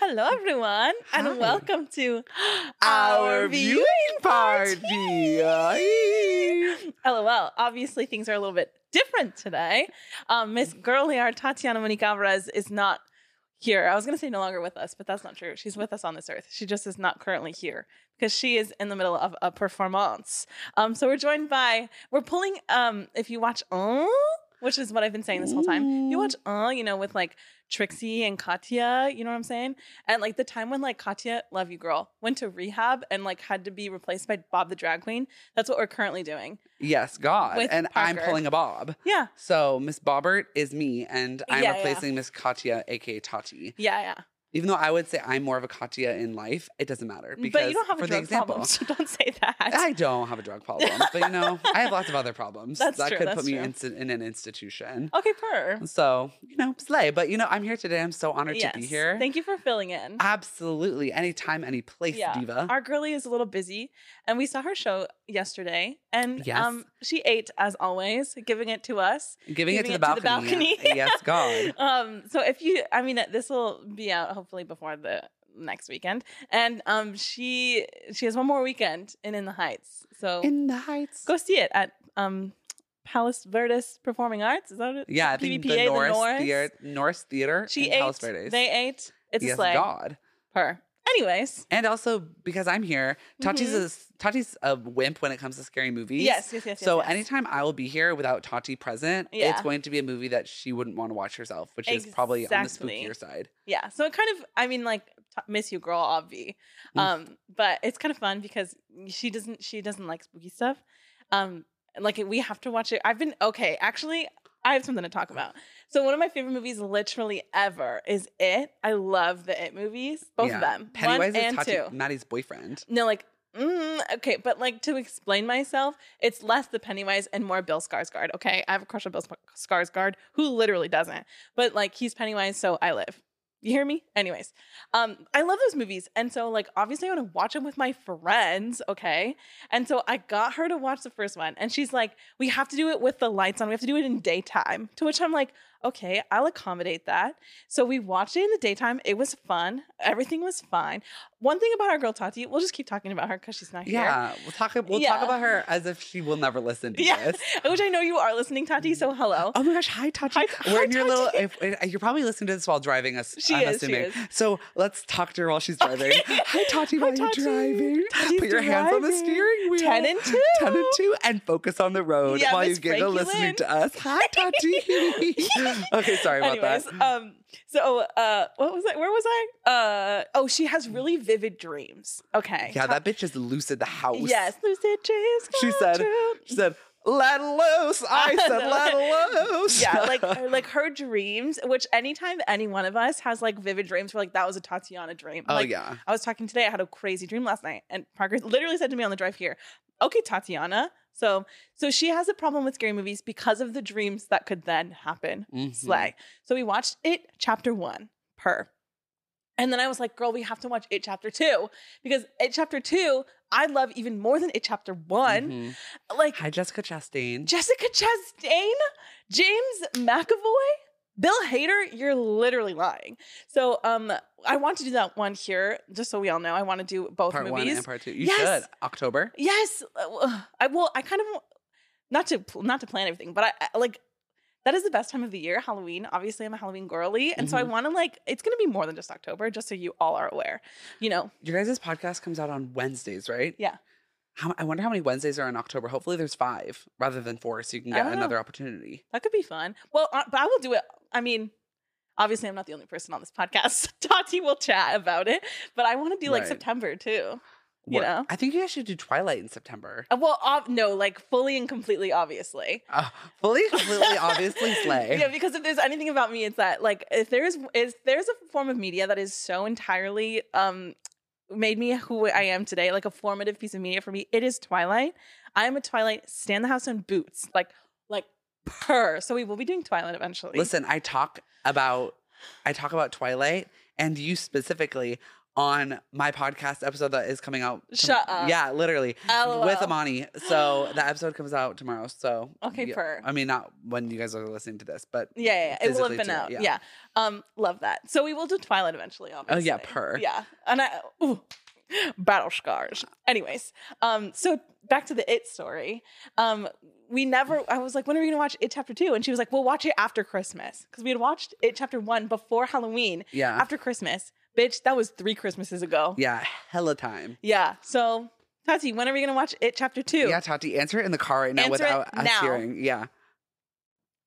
Hello, everyone, Hi. and welcome to Our viewing party. Ay. LOL. Obviously, things are a little bit different today. Um, Miss Girly, our Tatiana Monique Alvarez, is not here. I was going to say no longer with us, but that's not true. She's with us on this earth. She just is not currently here because she is in the middle of a performance. Um, so we're joined by, we're pulling, um, if you watch, uh, which is what I've been saying this whole time, you watch, uh, you know, with like Trixie and Katya, you know what I'm saying? And like the time when like Katya, love you girl, went to rehab and like had to be replaced by Bob the drag queen. That's what we're currently doing. Yes, God. With and I'm Parker. pulling a bob. Yeah. So Miss Bobbert is me, and I'm Yeah, yeah. replacing Miss Katya, aka Tati. Yeah, yeah. Even though I would say I'm more of a Katya in life, it doesn't matter because But you don't have for a the drug example, problem, so don't say that. I don't have a drug problem, but you know, I have lots of other problems That's that true, could that's put me true. in, in an institution. okay, per. So you know, slay. But you know, I'm here today. I'm so honored Yes. to be here. Thank you for filling in. Absolutely, anytime, any place, Yeah. diva. Our girly is a little busy, and we saw her show yesterday, and Yes. um, she ate as always, giving it to us. giving, it to the giving it to the balcony. balcony. yes, God. Um, so if you, I mean, this will be out hopefully before the next weekend, and um, she she has one more weekend in in the Heights, so In the heights. go see it at um, Palace Verdes Performing Arts. Is that it? Yeah, I PVPA, think the the Norse, Norse. Theater, Norse Theater. She in ate. Palos Verdes. They ate. It's yes, a slay. God. Her. Anyways. And also because I'm here, Tati's Mhm. a Tati's a wimp when it comes to scary movies. Yes, yes, yes. So yes, yes. anytime I will be here without Tati present, it's Yeah. going to be a movie that she wouldn't want to watch herself, which is probably on the Exactly. spookier side. Yeah. So it kind of, I mean, like t- miss you, girl, obvi. Mm. Um, but it's kind of fun because she doesn't, she doesn't like spooky stuff. Um, like we have to watch it. I've been okay. Actually, I have something to talk about. So one of my favorite movies, literally ever, is It. I love the It movies, both Yeah. of them, Pennywise one and is Tati, two. Maddie's boyfriend. No, like. Mm, okay, but like to explain myself, it's less the Pennywise and more Bill Skarsgård. Okay, I have a crush on Bill Sp- Skarsgård, who literally doesn't, but like he's Pennywise, so I live. You hear me? Anyways, um, I love those movies, and so like obviously I want to watch them with my friends. Okay, and so I got her to watch the first one, and she's like, "We have to do it with the lights on. We have to do it in daytime." To which I'm like, "Okay, I'll accommodate that." So we watched it in the daytime. It was fun. Everything was fine. One thing about our girl Tati, we'll just keep talking about her because she's not here. Yeah, we'll talk. We'll talk Yeah. about her as if she will never listen to Yeah. this. Which I know you are listening, Tati. So hello. Oh my gosh! Hi, Tati. Hi- We're hi, in your little. Tati. If, if- you're probably listening to this while driving. Us, She I'm is, she assuming. is. So let's talk to her while she's driving. Hi, Tati. Hi, While you're Tati. driving, Tati's put your hands on the driving. steering wheel. Ten and two. Ten and two, and focus on the road Yeah, while Miss you giggle, Frankie listening Lynn. to us. Hi, Tati. okay, sorry about Anyways, that. um, so uh, what was I? Where was I? Uh, oh, she has really vivid dreams. Okay. Yeah, Ta- that bitch is lucid the house. Yes, lucid dreams. She come said- true. She said, "Let loose." I I said, know. "Let loose." yeah, like uh, like her dreams, which anytime any one of us has like vivid dreams, we're like, that was a Tatiana dream. oh like, yeah. I was talking today. I had a crazy dream last night, and Parker literally said to me on the drive here, "Okay, Tatiana." So, so she has a problem with scary movies because of the dreams that could then happen. Mhm. Slay. So we watched it, chapter one, per. And then I was like, "Girl, we have to watch it, chapter two, because it, chapter two, I love even more than it, chapter one. Mhm. Like Hi, Jessica Chastain. Jessica Chastain, James McAvoy, Bill Hader, you're literally lying. So um I want to do that one here, just so we all know. I want to do both part one movies. and part two. You Yes. should October. yes. uh, I well, I kind of not to pl- not to plan everything, but I, I like that is the best time of the year, Halloween. Obviously, I'm a Halloween girly, and so I Mhm. want to like it's going to be more than just October, just so you all are aware. You know, Your guys' podcast comes out on Wednesdays, right? Yeah. How, I wonder how many Wednesdays are in October. Hopefully, there's five rather than four, so you can I get don't know. another opportunity. That could be fun. Well, uh, but I will do it. I mean, obviously, I'm not the only person on this podcast. Tati will chat about it, but I want to do like Right. September too. You know? I think you guys should do Twilight in September. Uh, Well, ob- no, like fully and completely, obviously. Uh, fully, completely, obviously, slay. Yeah, because if there's anything about me, it's that like if there's is there's a form of media that is so entirely um made me who I am today, like a formative piece of media for me, it is Twilight. I am a Twilight stand the house in boots, like like purr. So we will be doing Twilight eventually. Listen, I talk about I talk about Twilight and you specifically on my podcast episode that is coming out. tom- Shut up. Yeah, literally. LOL. With Amani. So the episode comes out tomorrow. So Okay, yeah, purr. I mean, not when you guys are listening to this, but Yeah, yeah, yeah. it will physically have been do it, out. yeah. Oh, Yeah. Um, love that. So we will do Twilight eventually, obviously. yeah, purr. Yeah. And I ooh, battle scars. Anyways, um, so back to the it story. Um, we never I was like, when are we gonna watch it chapter two? And she was like, We'll watch it after Christmas. Because we had watched it chapter one before Halloween, yeah, after Christmas. Bitch, that was three Christmases ago. Uh-huh. yeah, hella time. Yeah. So Tati, when are we gonna watch it chapter two? Yeah, Tati, answer it in the car right now Answer it without us now. hearing. Yeah,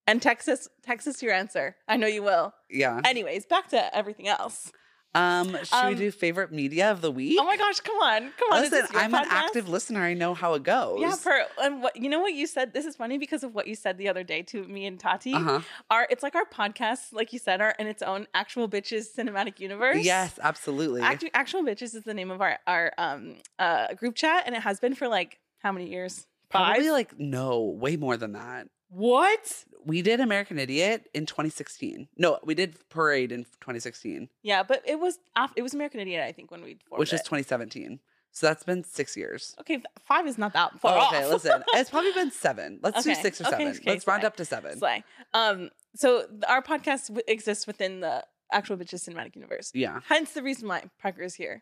And Texas, Texas your answer. I know you will. yeah. Anyways, back to everything else. Um, should Um, we do favorite media of the week? Oh my gosh, come on. Come on. is Listen, this your I'm an podcast? active listener. I know how it goes. Yeah, for and what you know what you said. This is funny because of what you said the other day to me and Tati. uh huh. Our it's like our podcasts, like you said, are in its own actual bitches cinematic universe. Yes, absolutely. Act- actual bitches is the name of our our um uh group chat, and it has been for like how many years? Five. Probably like no, way more than that. what? We did American Idiot in 2016. No, we did Parade in 2016, Yeah, but it was af- it was American Idiot, I think, when we formed which is it. 2017. So that's been six years. okay. f- Five is not that far Oh, off. okay, listen, it's probably been seven. Let's do Okay, six or okay, seven. okay, Let's round fine. up to seven. Slay. Um. So th- our podcast w- exists within the actual bitches cinematic universe. Yeah, Hence the reason why Parker is here.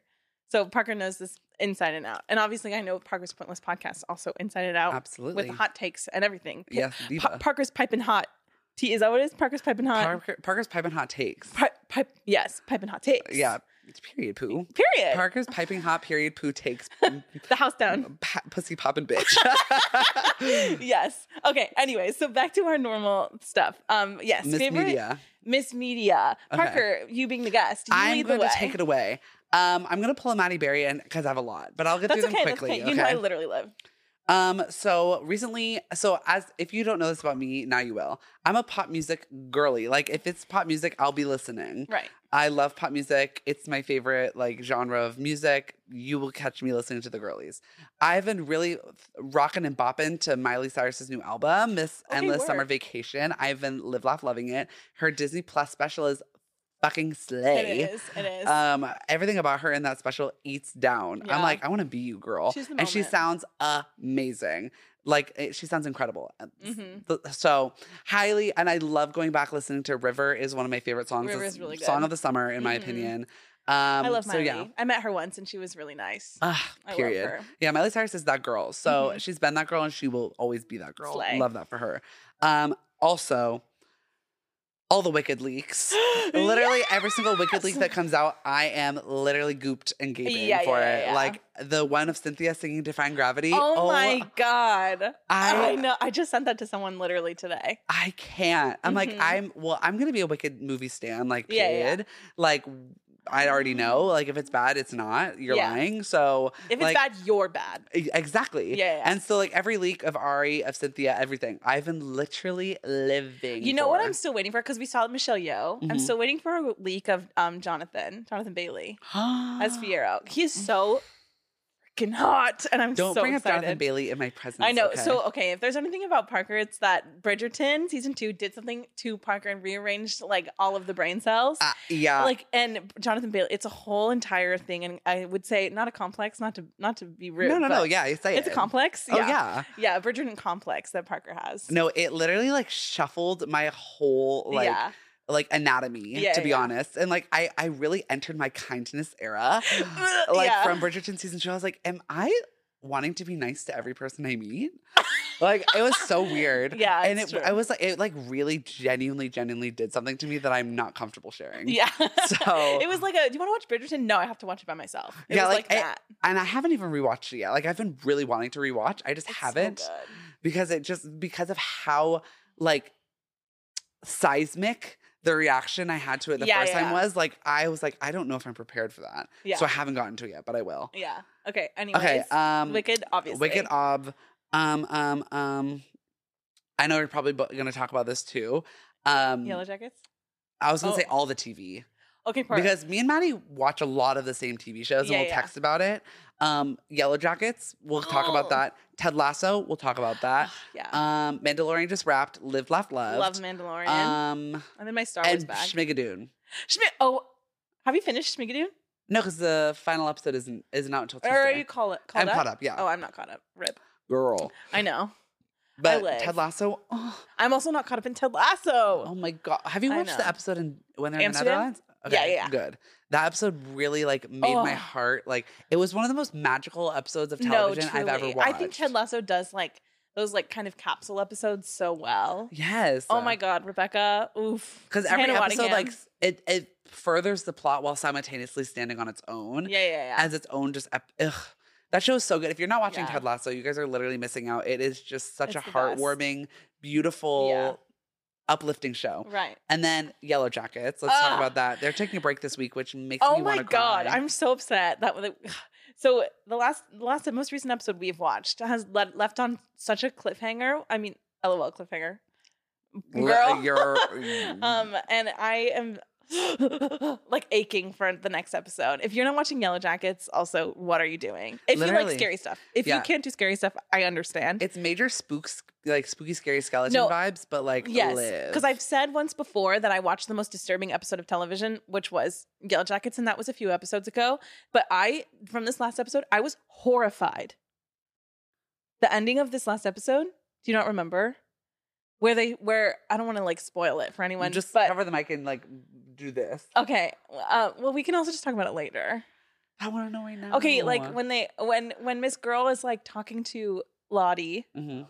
So Parker knows this inside and out. And obviously, I know Parker's Pointless podcast also inside and out absolutely. Oh, with hot takes and everything. Pa- yes, Pa- diva. Parker's piping hot. T is that what it is? Parker's piping hot. Parker, Parker's piping hot takes. Pi- pipe, yes, piping hot takes. Yeah, it's period poo. Period. Parker's piping hot period poo takes the house down. pa- pussy popping bitch. Mm. yes. Okay. Anyway, so back to our normal stuff. Um. Yes. Miss favorite- Media. Miss Media. Okay. Parker, you being the guest, you I'm lead going the to way. take it away. Um, I'm going to pull a Maddie Berry in because I have a lot, but I'll get that's through okay. them That's okay. quickly. You know I literally live. Um, so recently, so as if you don't know this about me, now you will. I'm a pop music girly. Like if it's pop music, I'll be listening. Right. I love pop music. It's my favorite like genre of music. You will catch me listening to the girlies. I've been really rocking and bopping to Miley Cyrus's new album, Miss Okay, Endless word. Summer Vacation. I've been live laugh loving it. Her Disney Plus special is fucking It slay. is. It is. Um, everything about her in that special eats down. Yeah. I'm like, I want to be you, girl. She's the and she moment. sounds amazing. Like it- she sounds incredible. mm-hmm. Th- So highly, and I love going back listening to River is one of my favorite songs. River It's is really good. Song of the summer, in my Mhm. opinion. Um, I love Miley. So yeah, I met her once and she was really nice. Ah, I period. love her. Yeah, Miley Cyrus is that girl. So Mhm. she's been that girl and she will always be that girl. Slay. Love that for her. Um, also, all the Wicked leaks. literally every single Wicked leak Yes! that comes out, I am literally gooped and gaping Yeah, for yeah, it. yeah, yeah. Like the one of Cynthia singing Define Gravity. Oh, my god. I, I, know. I just sent that to someone literally today. I can't. I'm like, Mhm. I'm, well, I'm going to be a Wicked movie stan, like, Yeah, period. yeah. Like, I already know. Like, if it's bad, it's not. You're Yeah. lying. So, If it's Like- bad, you're bad. E- Exactly. Yeah, yeah. And so like every leak of Ari, of Cynthia, everything, I've been literally living. You know what for. I'm still waiting for because we saw Michelle Yeoh. I'm Mhm. still waiting for a leak of um Jonathan, Jonathan Bailey as Fiero. He's so freaking hot, and I'm Don't so bring up excited. Jonathan Bailey in my presence. I know. okay? So okay, if there's anything about Parker, it's that Bridgerton season two did something to Parker and rearranged like all of the brain cells. Uh, yeah. like and Jonathan Bailey, it's a whole entire thing, and I would say not a complex, not to not to be rude. no, no, no. but Yeah, you say it's a it. complex. Oh yeah. yeah. yeah, Bridgerton complex that Parker has. No, it literally like shuffled my whole like yeah, like anatomy Yeah, to be yeah. honest, and like I I really entered my kindness era, like Yeah. from Bridgerton season two. I was like, am I wanting to be nice to every person I meet? like it was so weird. yeah, and it, it's I true. was like, it like really genuinely, genuinely did something to me that I'm not comfortable sharing. yeah. So- it was like a. Do you want to watch Bridgerton? No, I have to watch it by myself. It Yeah, was like, like, I- that. And I haven't even rewatched it yet. Like I've been really wanting to rewatch. I just It's so haven't good. because it just because of how like seismic the reaction I had to it the Yeah, first yeah, time yeah. was. Like I was like, I don't know if I'm prepared for that. Yeah, So I haven't gotten to it yet, but I will. yeah. Okay. Anyways, okay. Um Wicked, obviously. Wicked Ob. Um, um, um. I know we're probably bo- gonna talk about this too. Um Yellow Jackets. I was gonna Oh. say all the TV. Okay, Parker. Because me and Maddie watch a lot of the same TV shows Yeah, and we'll yeah. text about it. Um, Yellow Jackets, we'll talk about Oh. that. Ted Lasso, we'll talk about that. yeah, Um, Mandalorian just wrapped, Live, Laugh, Loved. love Mandalorian. Um, I'm in my Star Wars and bag. Schmigadoon. Schmi- oh, have you finished Schmigadoon? No, because the final episode isn't isn't out until Tuesday. Or are you call it caught I'm up? caught up. Yeah, Oh, I'm not caught up. Rip. girl. I know. But live. Ted Lasso. Oh, I'm also not caught up in Ted oh Lasso. my god, have you I watched know. the episode in when they're Amsterdam? in the Netherlands? Yeah, yeah, yeah. Good. That episode really like made my Oh. heart like it was one of the most magical episodes of no, television I've ever truly. watched. I think Ted Lasso does like those like kind of capsule episodes so well. Yes. Oh my god, Rebecca. Oof. Because every Hannah episode Waddingham. like s- it it furthers the plot while simultaneously standing on its own Yeah, yeah, yeah. as its own just ep- ugh. That show is so good. If you're not watching Yeah. Ted Lasso, you guys are literally missing out. It is just It's such a the best. heartwarming, beautiful, Yeah. uplifting show. right. And then Yellow Jackets. Let's talk Ugh. about that. They're taking a break this week, which makes Ah. Oh me my want to god, I'm so upset that was- so the last the last and most recent episode we've watched has le- left on such a cliffhanger. I mean, lol cliffhanger. Girl. uh, you're um, and I am like aching for the next episode. If you're not watching Yellow Jackets, also, what are you doing? If you Literally. like scary stuff, if Yeah. you can't do scary stuff, I understand. it's major spooks like spooky scary skeleton No. vibes, but like yes, live. because I've said once before that I watched the most disturbing episode of television, which was Yellow Jackets, and that was a few episodes ago. But I, from this last episode, I was horrified. The ending of this last episode, do you not remember? Where they, where I don't want to like spoil it for anyone. just but cover the mic and like do this. Okay. Uh, well, we can also just talk about it later. I want to know right now. Okay, like when they when when Miss Girl is like talking to Lottie, Mhm.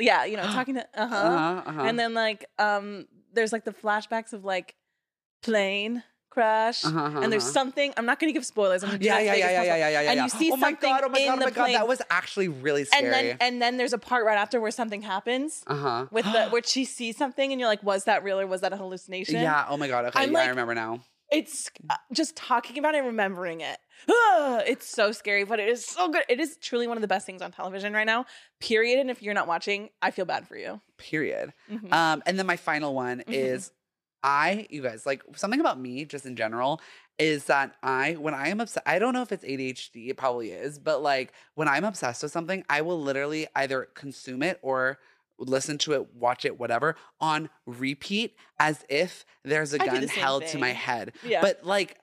yeah, you know, talking to uh huh, Uh-huh, uh-huh. and then like um, there's like the flashbacks of like plane crash, Uh-huh, uh-huh, and there's uh-huh. something I'm not gonna give spoilers. I'm gonna do that yeah, as yeah, vague yeah, as yeah, possible. yeah, yeah, yeah, yeah. And you see oh my god! Oh my something god! in Oh my the god! plane. That was actually really scary. And then and then there's a part right after where something happens uh huh. with the where she sees something, and you're like, was that real or was that a hallucination? yeah. Oh my god. Okay. I'm yeah, I like- remember now. It's uh, just talking about it and remembering it. Ah, it's so scary, but it is so good. It is truly one of the best things on television right now, period. And if you're not watching, I feel bad for you. Period. Mhm. Um, and then my final one Mm-hmm. is I, you guys, like something about me just in general is that I, when I am obsessed, I don't know if it's ADHD, it probably is, but like when I'm obsessed with something, I will literally either consume it or listen to it, watch it, whatever, on repeat as if there's a I do gun the same held to my thing. head. yeah. But like,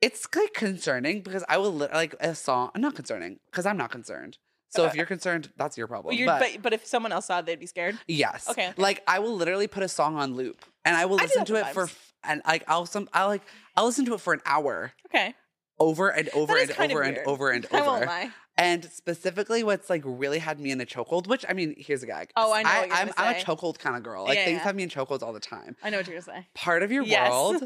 it's like concerning because I will lit like a song. Not concerning because I'm not concerned. So if Okay. you're concerned, that's your problem. Uh, Well, you're- but, but, but, if someone else saw it, they'd be scared. Yes. Okay, okay. Like I will literally put a song on loop and I I will do listen that to it for sometimes. f- and like I'll some I like I'll listen to it for an hour Okay. over and over is and kind of over and weird. over and I won't over. lie. And specifically what's like really had me in a chokehold, which I mean, here's a gag. Oh, I know what I, you're am gonna I'm a say. chokehold kind of girl. Like Yeah, things yeah. have me in chokeholds all the time. I know what you're going to say. Part of your yes. world.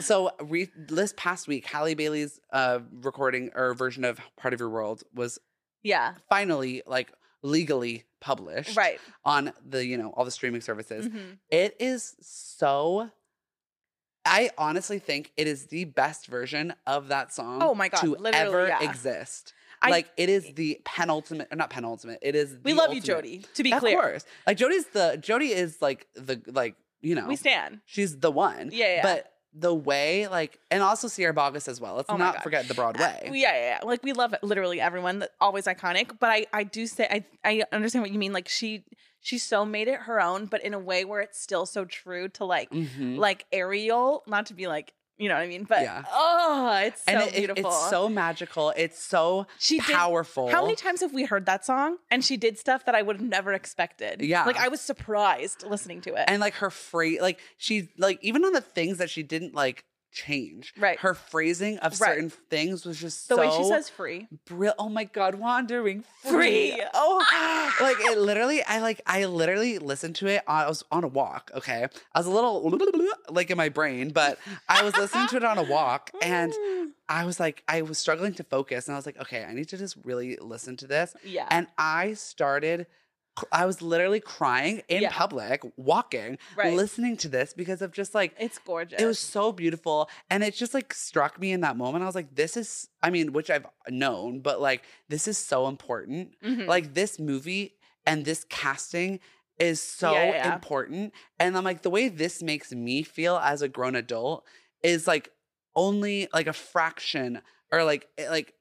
So re- this past week, Halle Bailey's uh, recording or version of Part of Your World was yeah. finally like legally published Right. on the you know all the streaming services. Mhm. It is so. I honestly think it is the best version of that song. Oh my God, to literally, ever yeah. exist. I- like it is the penultimate, or not penultimate. It is. We love the ultimate. you, Jody, to be of clear. course, like Jody's the Jody is like the like you know We stand. she's the one. Yeah, yeah. But the way like and also Sierra Bogus as well. Let's Oh my not God. forget the Yeah, Broadway. yeah, yeah. Like we love literally everyone. that- Always iconic. But I, I do say I, I understand what you mean. Like she, she so made it her own, but in a way where it's still so true to like, Mhm. like Ariel. Not to be like, you know what I mean. But Yeah. oh, it's so and it- it- beautiful. it's so magical. It's so she did. powerful. How many times have we heard that song? And she did stuff that I would have never expected. Yeah. Like I was surprised listening to it. and like her phrase like she like even on the things that she didn't like change Right. her phrasing of Right. certain things was just the so way she says free. brill- oh my god wandering free, Free. Ah! oh like it literally i like i literally listened to it on, i was on a walk okay i was a little like in my brain but i was listening to it on a walk and Hmm. i was like i was struggling to focus and i was like okay i need to just really listen to this yeah. and i started cr- i was literally crying in Yeah. public walking right. listening to this because of just like it's gorgeous. it was so beautiful and it just like struck me in that moment i was like this is i mean which i've known but like this is so important Mhm. like this movie and this casting is so Yeah, yeah, yeah. important and i'm like the way this makes me feel as a grown adult is like only like a fraction or like it, like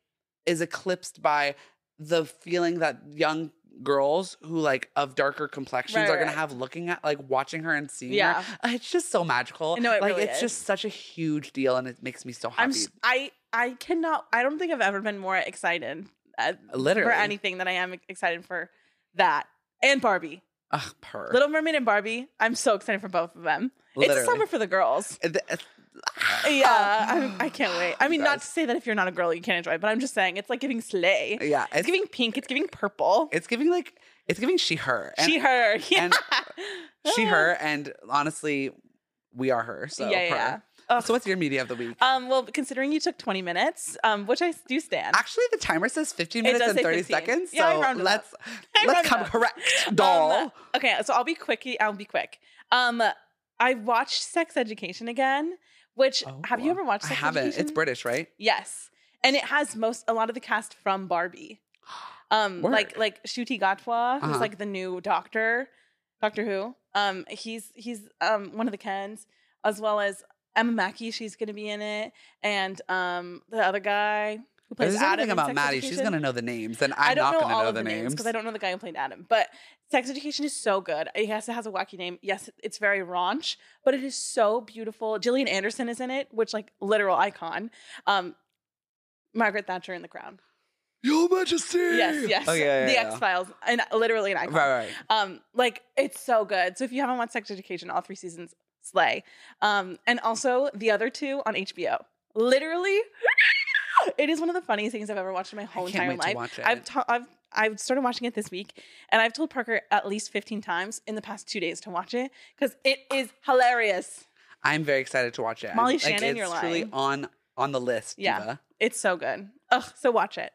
is eclipsed by the feeling that young girls who like of darker complexions Right, are gonna right. have looking at like watching her and seeing her uh, yeah. it's just so magical. No, it like really it's is. just such a huge deal, and it makes me so happy. I'm s- I I cannot. I don't think I've ever been more excited uh, for Literally. anything than I am excited for that and Barbie, Ugh, purr. Little Mermaid and Barbie. I'm so excited for both of them. It's summer for the girls. Yeah, I'm, I can't wait. I mean, not to say that if you're not a girl, you can't enjoy it, but I'm just saying it's like giving sleigh. It's, Yeah, it's giving. giving pink. It's giving purple. It's giving like it's giving she her. And she her. Yeah. and she her and honestly, we are her. So yeah, yeah, yeah. purr. Ugh. So what's your media of the week? Um, well, considering you took 20 minutes, um, which I do stand. Actually, the timer says 15 It minutes does and say 30 15. seconds. Yeah, I so rounded up. let's I let's rounded come up. correct, doll. Um, okay, so I'll be quickie. I'll be quick. Um, I watched Sex Education again, which Oh, have you ever watched? I Sex haven't. Education? It's British, right? Yes, and it has most a lot of the cast from Barbie. Um, Word. like like Shuti Gatwa, who's Uh-huh. like the new Doctor, Doctor Who. Um, he's he's um one of the Kens, as well as Emma Mackey. She's gonna be in it, and um the other guy who But plays There's Adam anything in about Sex Maddie. She's Education. gonna know the names, and I I'm don't not know gonna all know of the names. because I don't know the guy who played Adam. But Sex Education is so good. Yes, it has a wacky name. Yes, it's very raunch, but it is so beautiful. Gillian Anderson is in it, which like literal icon. Um, Margaret Thatcher in The Crown. Your Majesty. Yes, yes. Oh yeah, yeah, the yeah. X Files, and literally an icon. Right, right. Um, like it's so good. So if you haven't watched Sex Education, all three seasons, slay. Um, and also the other two on HBO. Literally, it is one of the funniest things I've ever watched in my whole I can't entire wait life. to watch it. I've ta- I've I've started watching it this week, and I've told Parker at least fifteen times in the past two days to watch it because it is hilarious. I'm very excited to watch it. Molly Like, Shannon, it's you're truly lying. on on the list. Yeah. Diva. It's so good. Ugh, so watch it.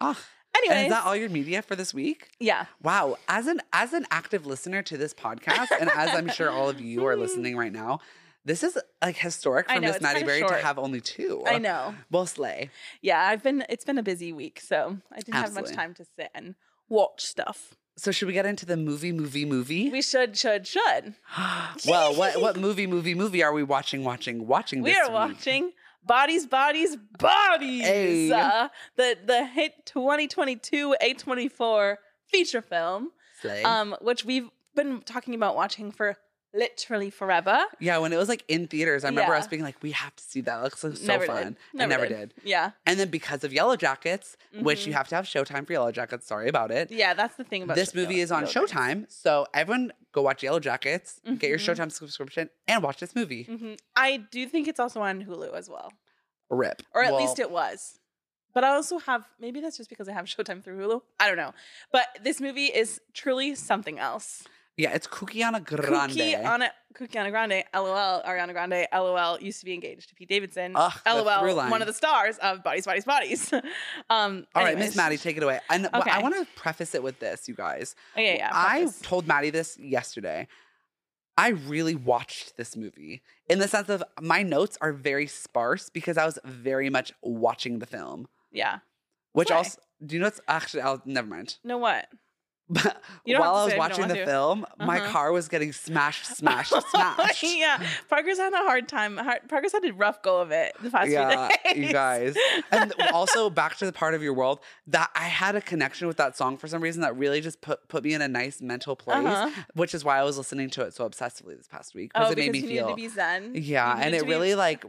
Ah, and Anyways, is that all your media for this week? yeah, Wow, as an as an active listener to this podcast, and as I'm sure all of you are listening right now, this is like historic I for know, Miss it's Maddie kinda Berry to short. have only two. I know. Well, slay. Yeah, I've been. It's been a busy week, so I didn't have Absolutely. much time to sit and watch stuff. So should we get into the movie, movie, movie? We should, should, should. well, what what movie, movie, movie are we watching, watching, watching We this are week? watching Bodies, Bodies, Bodies. Hey. Uh, the the hit 2022 A24 feature film, Slay. um, which we've been talking about watching for literally forever. yeah, when it was like in theaters, I remember Yeah. us being like, "We have to see that. That looks so Never did. Mm-hmm. fun." I never did. Yeah, And then because of Yellow Jackets, which you have to have Showtime for Yellow Jackets. Sorry about it. yeah, that's the thing about this Show- movie is on Yellow Jackets. Showtime, so everyone go watch Yellow Jackets, get your Mhm. Showtime subscription, and watch this movie. Mhm. I do think it's also on Hulu as well, Rip, or at Well, least it was. But I also have maybe that's just because I have Showtime through Hulu. I don't know. But this movie is truly something else. yeah, it's Kukiana Grande. Cookie on a Cookie on a Grande, LOL, Ariana Grande, LOL, used to be engaged to Pete Davidson, Ugh, the through LOL, line. one of the stars of Bodies, Bodies, Bodies. um, All right, anyways. Miss Maddie, take it away. And wh- I Okay. want to preface it with this, you guys. Oh, yeah, yeah. I preface. told Maddie this yesterday. I really watched this movie in the sense of my notes are very sparse because I was very much watching the film. yeah. Which Why? also, do you know what's actually, I'll, never mind. No, what? But You don't have while to I was say if you don't watching want the to. film, my Uh-huh. Oh, car was getting smashed, smashed, smashed. yeah. Parker's had a hard time. hard- Parker's had a rough go of it the past yeah, few days. you guys. And also back to the part of your world that I had a connection with that song for some reason that really just put put me in a nice mental place, Uh-huh. which is why I was listening to it so obsessively this past week Oh, because it made me because you needed feel. to be zen. You yeah, and needed it to be- really like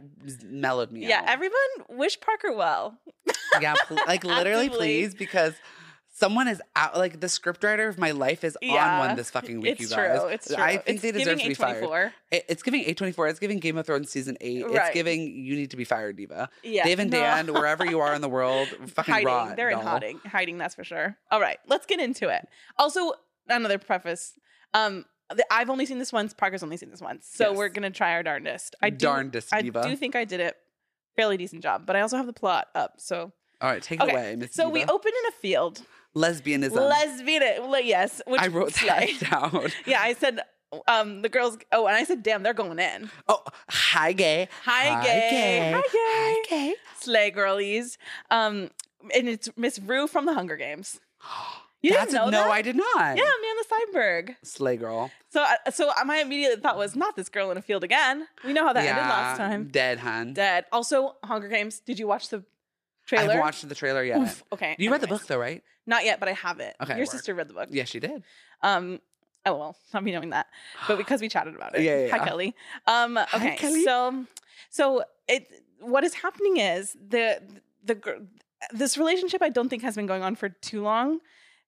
mellowed me Yeah, out. everyone wish Parker well. yeah, pl- like literally, Actively. please, because someone is out. Like the scriptwriter of my life is Yeah. on one this fucking week. It's you guys, true. It's true. I think It's they deserve to giving be fired. A24. It- It's giving A24. It's giving Game of Thrones season eight. It's Right. giving You Need to Be Fired, Diva. Yeah. Dave and No. Dan, wherever you are in the world, fucking hiding. rot. They're in doll. hiding. Hiding, that's for sure. All right, let's get into it. Also, another preface. Um, the, I've only seen this once. Parker's only seen this once, so Yes. we're gonna try our darndest. I do, Darndest, I diva. do think I did it fairly decent job, but I also have the plot up. So, All right, take Okay, it away, Miss so Diva. we open in a field. Lesbianism. Lesbian, le- yes. Which I wrote that slay. down. yeah, I said. Um, the girls. Oh, and I said, "Damn, they're going in." Oh, hi gay. Hi, gay. Hi, Hi gay. Slay girlies. Um, and it's Miss Rue from The Hunger Games. You That's didn't know no, that? I did not. Yeah, Oh, Amanda Steinberg. Slay girl. So, I- so my immediate thought was not this girl in a field again. We know how that ended last time. Dead, hun. Dead. Also, Hunger Games. Did you watch the I trailer? haven't watched the trailer yet. Oof, okay. You read the anyways. book though, right? Not yet, but I have it. Okay, Your word. sister read the book. Yes, she did. Um. Oh well, not me knowing that, but because we chatted about it. Yeah, yeah, Hi, yeah. Kelly. Um. Okay. Kelly. So, so it what is happening is the the gr- this relationship I don't think has been going on for too long.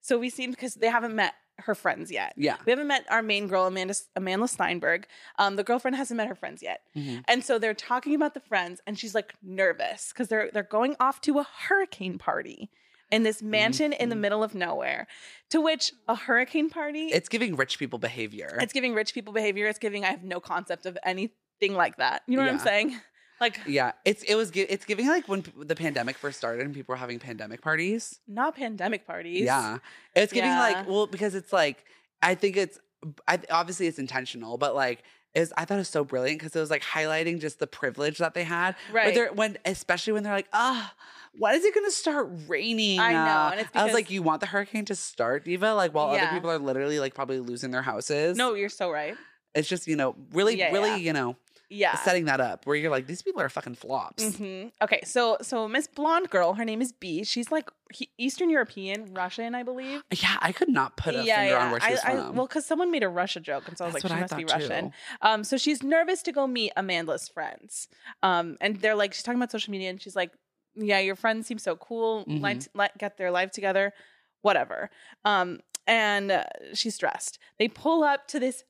So we seem because they haven't met her friends yet. Yeah. We haven't met our main girl, Amanda Amanda Steinberg. Um, the girlfriend hasn't met her friends yet, Mhm. and so they're talking about the friends, and she's like nervous because they're they're going off to a hurricane party in this mansion in the middle of nowhere. To which a hurricane party, Mm-hmm. It's giving rich people behavior. it's giving rich people behavior. It's giving I have no concept of anything like that. You know what I'm Yeah. saying? Like yeah, it's it was gi- it's giving like when p- the pandemic first started and people were having pandemic parties. not pandemic parties. Yeah, it's giving Yeah. like well because it's like I think it's I obviously it's intentional, but like it was, I thought it was so brilliant because it was like highlighting just the privilege that they had. But Right. they're- when especially when they're like, ah, when is it going to start raining? I know, Uh, and it's I was because- like, you want the hurricane to start, Diva? Like while Yeah. other people are literally like probably losing their houses. No, you're so right. it's just you know really Yeah, really yeah. you know Yeah. setting that up where you're like these people are fucking flops. hmm Okay, so so Miss Blonde Girl, her name is B. She's like he, Eastern European, Russian, I believe. Yeah, I could not put a finger on where she's I, I, from. well, because someone made a Russia joke, and so I was That's like, what she I must be thought, Russian. too. Um, so she's nervous to go meet Amanda's friends. Um, and they're like, she's talking about social media, and she's like, yeah, your friends seem so cool. Mm-hmm. Let, let get their life together, whatever. Um, and uh, she's stressed. They pull up to this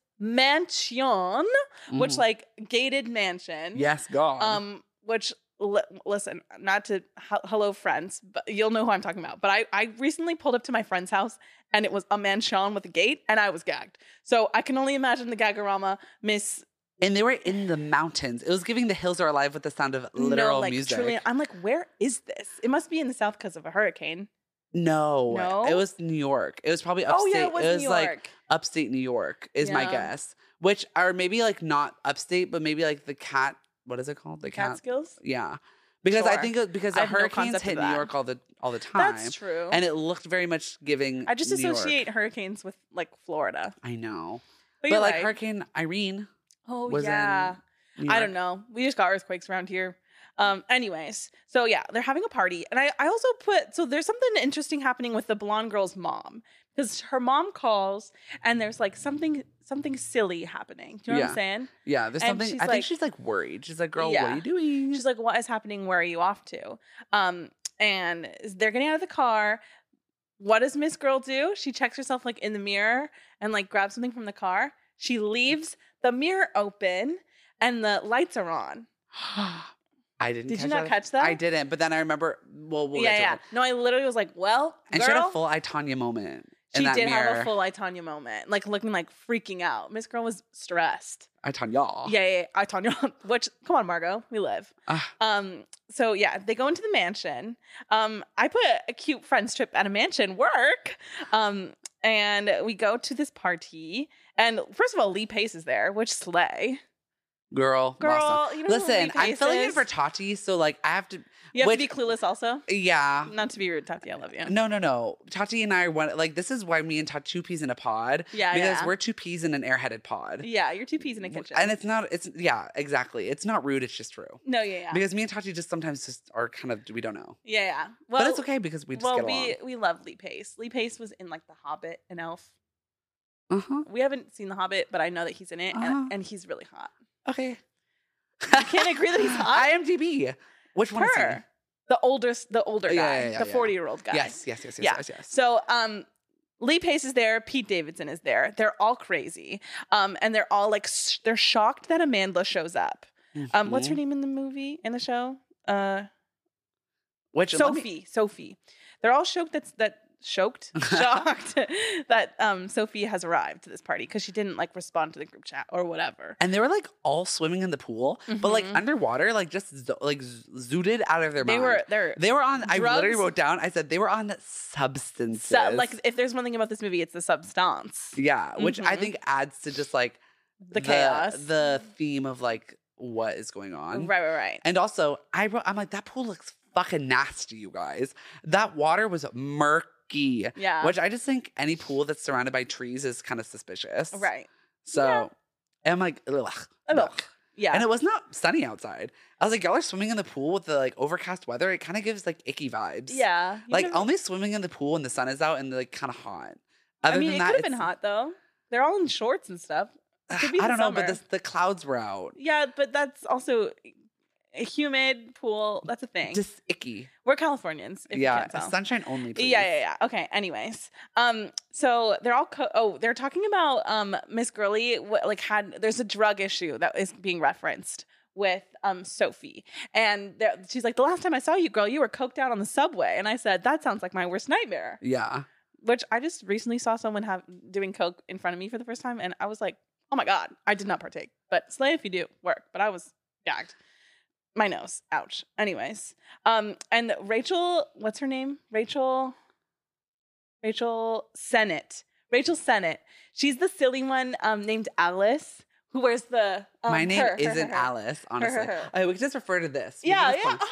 mansion, which Mhm. like gated mansion. yes, God. Um, which li- listen, not to h- hello friends, but you'll know who I'm talking about. But I I recently pulled up to my friend's house and it was a mansion with a gate, and I was gagged. So I can only imagine the gagorama, Miss and they were in the mountains. It was giving the hills are alive with the sound of No, literal like, music. truly- I'm like, where is this? It must be in the south because of a hurricane. no, No? it was New York. It was probably upstate. oh yeah, it was, New like York. upstate New York is my Yeah. guess. Which are maybe like not upstate, but maybe like the cat. What is it called? The cat. Catskills. Yeah, because I Sure. think it- because I the have no hurricanes concept of hit New that. York all the all the time, That's true. and it looked very much giving. I just New York. associate hurricanes with like Florida. I know, But, but, you're like right. Hurricane Irene. oh was in yeah. New I York. don't know. We just got earthquakes around here. Um, anyways, so yeah, they're having a party. And I, I also put so there's something interesting happening with the blonde girl's mom. Because her mom calls and there's like something something silly happening. Do you know what Yeah. I'm saying? Yeah, there's And something. she's I like- think she's like worried. She's like, "Girl, what Yeah. are you doing?" She's like, What is happening? Where are you off to? Um, and they're getting out of the car. What does Miss Girl do? She checks herself like in the mirror and like grabs something from the car. She leaves the mirror open and the lights are on. I didn't. Did catch you not that. catch that? I didn't. But then I remember. Well, we'll yeah, get to yeah. it. No, I literally was like, well, And girl, she had a full Itanya moment. in she that did mirror. have a full Itanya moment, like looking like freaking out. Miss Girl was stressed. Itanya. Yeah, yeah, yeah, Itanya. Which, come on, Margot, we live. Ah. Um, so yeah, they go into the mansion. Um, I put a cute friends trip at a mansion work. Um, and we go to this party. And first of all, Lee Pace is there, which slay. Girl. Girl, awesome. you know who Lee Listen, I'm Pace filling in is? for Tati, so like I have to. You have which- to be clueless also. Yeah. Not to be rude, Tati, I love you. No, no, no. Tati and I are one. Like this is why me and Tati two peas in a pod yeah, because yeah. we're two peas in an airheaded pod. yeah, you're two peas in a kitchen. And it's not. It's yeah, exactly. It's not rude. It's just true. no, yeah, yeah. Because me and Tati just sometimes just are kind of we don't know, yeah, yeah. Well, but it's okay because we just well, get along. we we love Lee Pace. Lee Pace was in like The Hobbit and Elf. Uh huh. We haven't seen The Hobbit, but I know that he's in it, Uh-huh. and, and he's really hot. Okay. You can't agree that he's hot. IMDb. Which one is Her. her? The oldest, the older guy, Yeah, yeah, yeah, the yeah. forty year old guy. Yes, yes, yes, yes, Yeah. yes, yes. So, um, Lee Pace is there. Pete Davidson is there. They're all crazy, um, and they're all like sh- they're shocked that Amanda shows up. Um, what's her Mhm. name in the movie in the show? Uh, Which let me- Sophie. Sophie. They're all shocked that's that shocked shocked that um Sophie has arrived to this party because she didn't like respond to the group chat or whatever. and they were like all swimming in the pool, but like Mhm. underwater, like just zo- like z- zooted out of their They mind. were they're They were on. I Drugs? literally wrote down. I said they were on substances. so, like if there's one thing about this movie, it's the substance. yeah, which I Mhm. think adds to just like The chaos. the theme of like what is going on. Right, right, right. And also, I wrote. I'm like that pool looks fucking nasty, you guys. That water was murky. Yeah. Which I just think any pool that's surrounded by trees is kind of suspicious. right. So Yeah. I'm like, ugh, Ugh. ugh." Yeah. And it was not sunny outside. I was like, y'all are swimming in the pool with the like overcast weather. It kind of gives like icky vibes. yeah. You Like never- only swimming in the pool when the sun is out and like kind of hot. Other I mean, than it that, could have it's- been hot though. They're all in shorts and stuff. could be I the don't know, but summer. this, the clouds were out. Yeah, but that's also a humid pool. That's a thing. Just icky. We're Californians. If You yeah. can't tell. Sunshine only, please. Yeah, yeah, yeah. Okay. Anyways, um, so they're all co- oh, they're talking about um Miss Gurley wh- like had there's a drug issue that is being referenced with um Sophie, and there- she's like, the last time I saw you, girl, you were coked out on the subway, and I said that sounds like my worst nightmare. Yeah. Which I just recently saw someone have doing coke in front of me for the first time, and I was like, oh my god, I did not partake. But slay if you do work. But I was gagged. My nose, ouch. Anyways, um, and Rachel, what's her name? Rachel, Rachel Sennett. Rachel Sennett. She's the silly one um, named Alice who wears the. Um, My name her- her- isn't her- her. Alice, honestly. her. I would just refer to this. We Yeah, can just yeah, call-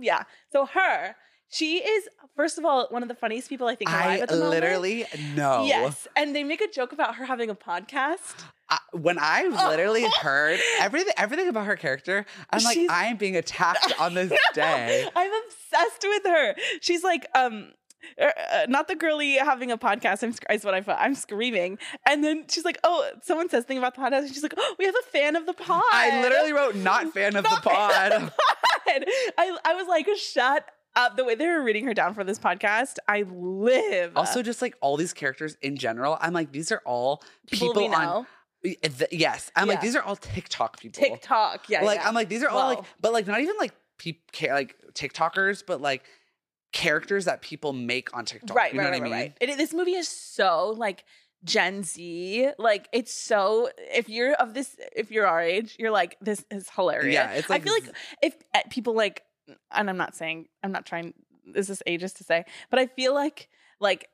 yeah. So her, she is first of all one of the funniest people I think alive I at the moment. literally know. Yes, and they make a joke about her having a podcast. I, when I Oh. literally heard everything, everything about her character, I'm like, She's- I am being attacked on this day. I'm obsessed with her. She's like, um, er, uh, not the girly having a podcast. I'm sc- is what I put. I'm screaming, and then she's like, "Oh, someone says thing about the podcast." And she's like, oh, "We have a fan of the pod." I literally wrote not fan of Not the fan pod. I I was like, "Shut up!" The way they were reading her down for this podcast, I live. also, just like all these characters in general, I'm like, these are all people, we on. know y- th- yes, I'm Yeah. like, these are all TikTok people. TikTok. Yeah, like yeah. I'm like, these are all like, Well. but like not even like peop, ca- like TikTokers, but like characters that people make on TikTok. right, you know right, what right, I mean? right, right. It, this movie is so like Gen Z. Like it's so if you're of this, if you're our age, you're like this is hilarious. Yeah, it's I like feel like z- if uh, people like, and I'm not saying I'm not trying. This is ageist to say, but I feel like like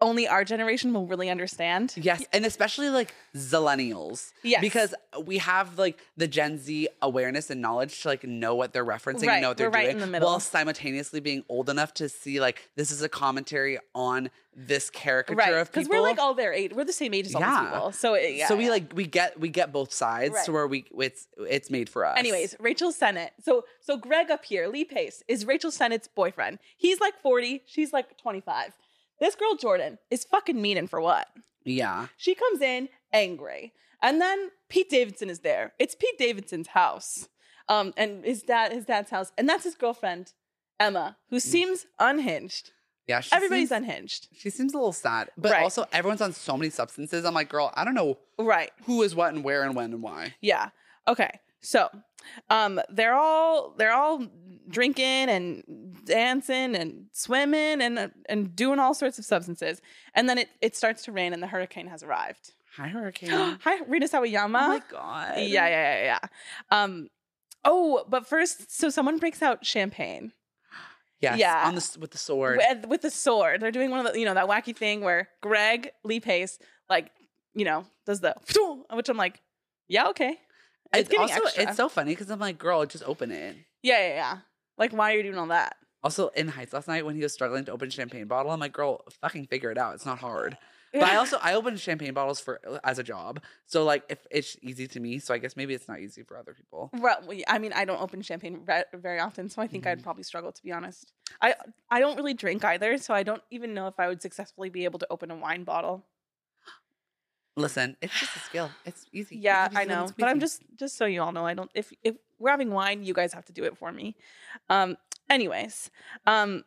only our generation will really understand. Yes, and especially like Zillennials. Yes, Because we have like the Gen Z awareness and knowledge to like know what they're referencing Right, and know what they're we're right doing in the middle. while simultaneously being old enough to see like this is a commentary on this caricature right of people. because we're like all their age. We're the same age as all these Yeah. people. So it- yeah, so we yeah. like we get we get both sides Right. to where we it's it's made for us. Anyways, Rachel Sennett. So so Greg up here, Lee Pace, is Rachel Sennett's boyfriend. He's like 40, she's like 25. This girl Jordan is fucking mean and for what? Yeah. She comes in angry. And then Pete Davidson is there. It's Pete Davidson's house. Um, and his dad his dad's house. And that's his girlfriend, Emma, who seems unhinged. Yeah. Mm. She Everybody's seems, unhinged. she seems a little sad. But Right. also everyone's on so many substances. I'm like, girl, I don't know Right. who is what and where and when and why. Yeah. Okay. So, um, they're all they're all drinking and dancing and swimming and and doing all sorts of substances, and then it it starts to rain and the hurricane has arrived. Hi, Hurricane. oh Hi, Rita Sawayama. my god. yeah, yeah, yeah, yeah. Um, oh, but first, so someone breaks out champagne Yes, Yeah. On the s- with the sword. with, with the sword. They're doing one of the you know that wacky thing where Greg Lee Pace like you know does the which I'm like, yeah, okay. It's It's getting also extra. it's so funny because I'm like, girl, just open it. Yeah, yeah, yeah. Like, why are you doing all that? Also, in Heights last night when he was struggling to open a champagne bottle, I'm like, girl, fucking figure it out. It's not hard. But I also I open champagne bottles for uh, as a job, so like if it's easy to me, so I guess maybe it's not easy for other people. Well, we- I mean, I don't open champagne ve- very often, so I think I'd probably struggle to be honest. I I don't really drink either, so I don't even know if I would successfully be able to open a wine bottle. Listen, it's just a skill. It's easy. Easy Yeah, peasy I lemon know, but I'm squeezy. just just so you all know, I don't. If if we're having wine, you guys have to do it for me. Um. Anyways, um.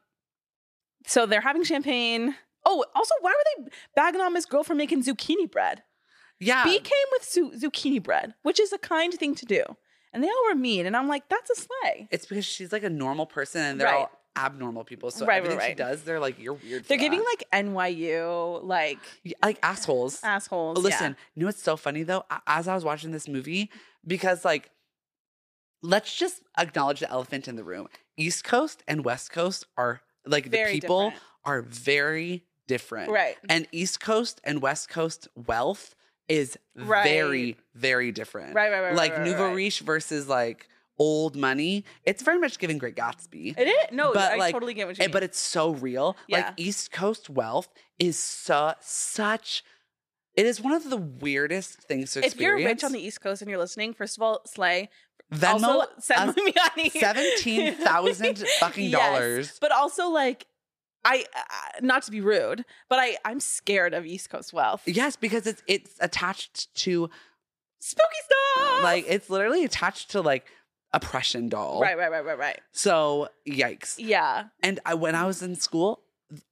So they're having champagne. Oh, also, why were they bagging on this girl for making zucchini bread? yeah. B came with zu- zucchini bread, which is a kind thing to do, and they all were mean. And I'm like, that's a slay. It's because she's like a normal person and they're Right. all abnormal people. So Right, right, everything she right. does, they're like, you're weird. for They're giving that." like NYU like Y- like assholes. assholes. yeah. Listen, you know what's so funny though? A- As I was watching this movie, because like, let's just acknowledge the elephant in the room. East Coast and West Coast are like Very the people different. are very different. right? And East Coast and West Coast wealth is Right. very, very different. Right, right, right, right. Like right, nouveau right. riche versus like old money. It's very much giving Great Gatsby. It is no, but, I like, totally get what you Eh, mean. but it's so real. Yeah. Like East Coast wealth is so such. It is one of the weirdest things to if you're rich experience. on the East Coast and you're listening, first of all, slay. Venmo, also, send us me money. seventeen thousand fucking Yes. dollars. But also, like, I uh, not to be rude, but I I'm scared of East Coast wealth. Yes, because it's it's attached to Spooky stuff. like it's literally attached to like oppression doll. Right, right, right, right, right. So yikes. Yeah. And I, when I was in school,